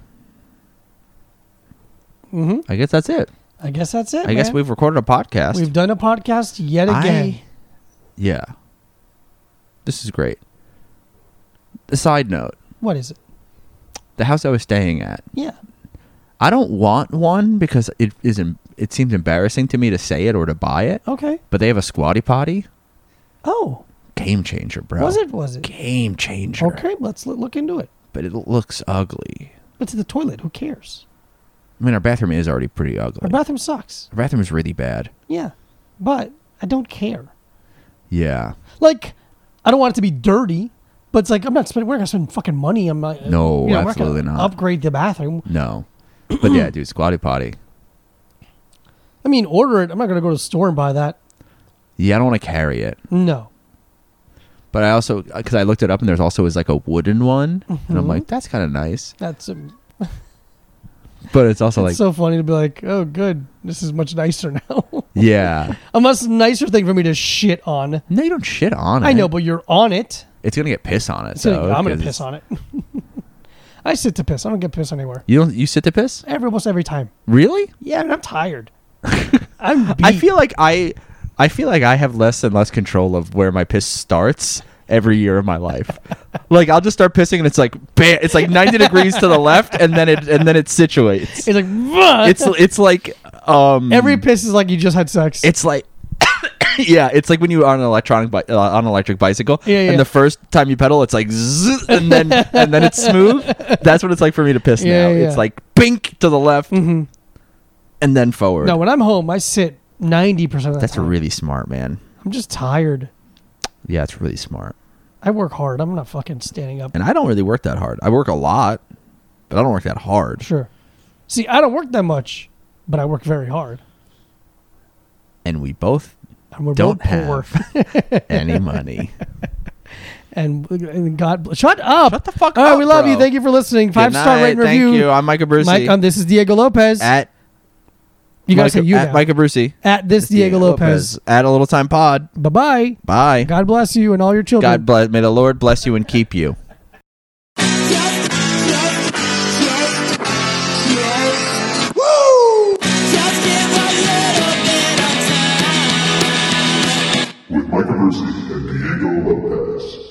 S1: Mhm.
S2: I guess that's it.
S1: I guess that's it.
S2: I guess
S1: man.
S2: we've recorded a podcast.
S1: we've done a podcast yet
S2: I-
S1: again.
S2: yeah, this is great. A side note:
S1: What is it?
S2: the house I was staying at.
S1: Yeah.
S2: I don't want one because it is em- it seems embarrassing to me to say it or to buy it.
S1: Okay.
S2: But they have a squatty potty.
S1: Oh,
S2: Game changer, bro.
S1: was it? Was it?
S2: Game changer.
S1: Okay, let's l- look into it.
S2: But it looks ugly.
S1: It's the toilet. Who cares?
S2: I mean, our bathroom is already pretty ugly.
S1: Our bathroom sucks.
S2: Our bathroom is really bad.
S1: Yeah, but I don't care.
S2: Yeah.
S1: Like, I don't want it to be dirty, but it's like I'm not spending. We're not gonna spend fucking money on my.
S2: No,
S1: you know, we're gonna
S2: absolutely not.
S1: Upgrade the bathroom.
S2: No. But yeah, dude, squatty potty.
S1: I mean, order it. I'm not gonna go to the store and buy that.
S2: Yeah, I don't want to carry it.
S1: No.
S2: But I also because I looked it up and there's also is like a wooden one, and I'm
S1: Mhm.
S2: like, that's kind of nice.
S1: That's um,
S2: But it's also like,
S1: it's so funny to be like, oh, good, this is much nicer (laughs) now.
S2: yeah.
S1: a much nicer thing for me to shit on.
S2: No, you don't shit on it.
S1: I know, but you're on it.
S2: it's gonna get piss on it.
S1: So
S2: So
S1: I'm gonna
S2: 'cause
S1: piss on it. (laughs) I sit to piss. I don't get piss anywhere.
S2: You don't. You sit to piss?
S1: Every almost every time.
S2: Really?
S1: Yeah, and I'm
S2: (laughs)
S1: tired. I'm. Beat.
S2: I feel like I I feel like I have less and less control of where my piss starts every year of
S1: (laughs)
S2: my life. like I'll just start pissing and it's like bam, it's like 90 degrees to the left and then it and then it situates.
S1: it's like "Vuh!"
S2: It's it's like um
S1: every piss is like you just had sex.
S2: it's like (coughs) yeah, it's like when you are on an electronic bi- uh, on an electric bicycle
S1: Yeah, yeah.
S2: and the first time you pedal it's like zzz, and then and then it's smooth.
S1: (laughs)
S2: That's what it's like for me to piss
S1: Yeah,
S2: now.
S1: yeah.
S2: It's like bink to the left
S1: hmm
S2: and then forward.
S1: No, when I'm home, I sit ninety percent of the
S2: That's
S1: time.
S2: really smart, man.
S1: I'm just tired.
S2: Yeah, it's really smart.
S1: I work hard. I'm not fucking standing up.
S2: and I don't really work that hard. I work a lot, but I don't work that hard.
S1: Sure. See, I don't work that much, but I work very hard,
S2: And we both
S1: and we're
S2: don't
S1: both poor.
S2: have any money.
S1: (laughs) and, and God, bl- shut up.
S2: Shut the fuck
S1: All right,
S2: up,
S1: we love you.
S2: bro.
S1: Thank you for listening. (laughs) Five star rate and
S2: Thank
S1: review.
S2: you. I'm Michael Brucey.
S1: Mike, um, this is Diego Lopez.
S2: at
S1: you gotta
S2: Michael-
S1: say you
S2: at
S1: now.
S2: Michael Brucey.
S1: at this Diego, Lopez.
S2: At a little time pod.
S1: Bye bye.
S2: Bye. God,
S1: God bless you and all your children.
S2: bless. May the Lord bless you and keep you.
S3: Just give a little bit of time.
S4: with Michael Mercy and Diego Lopez.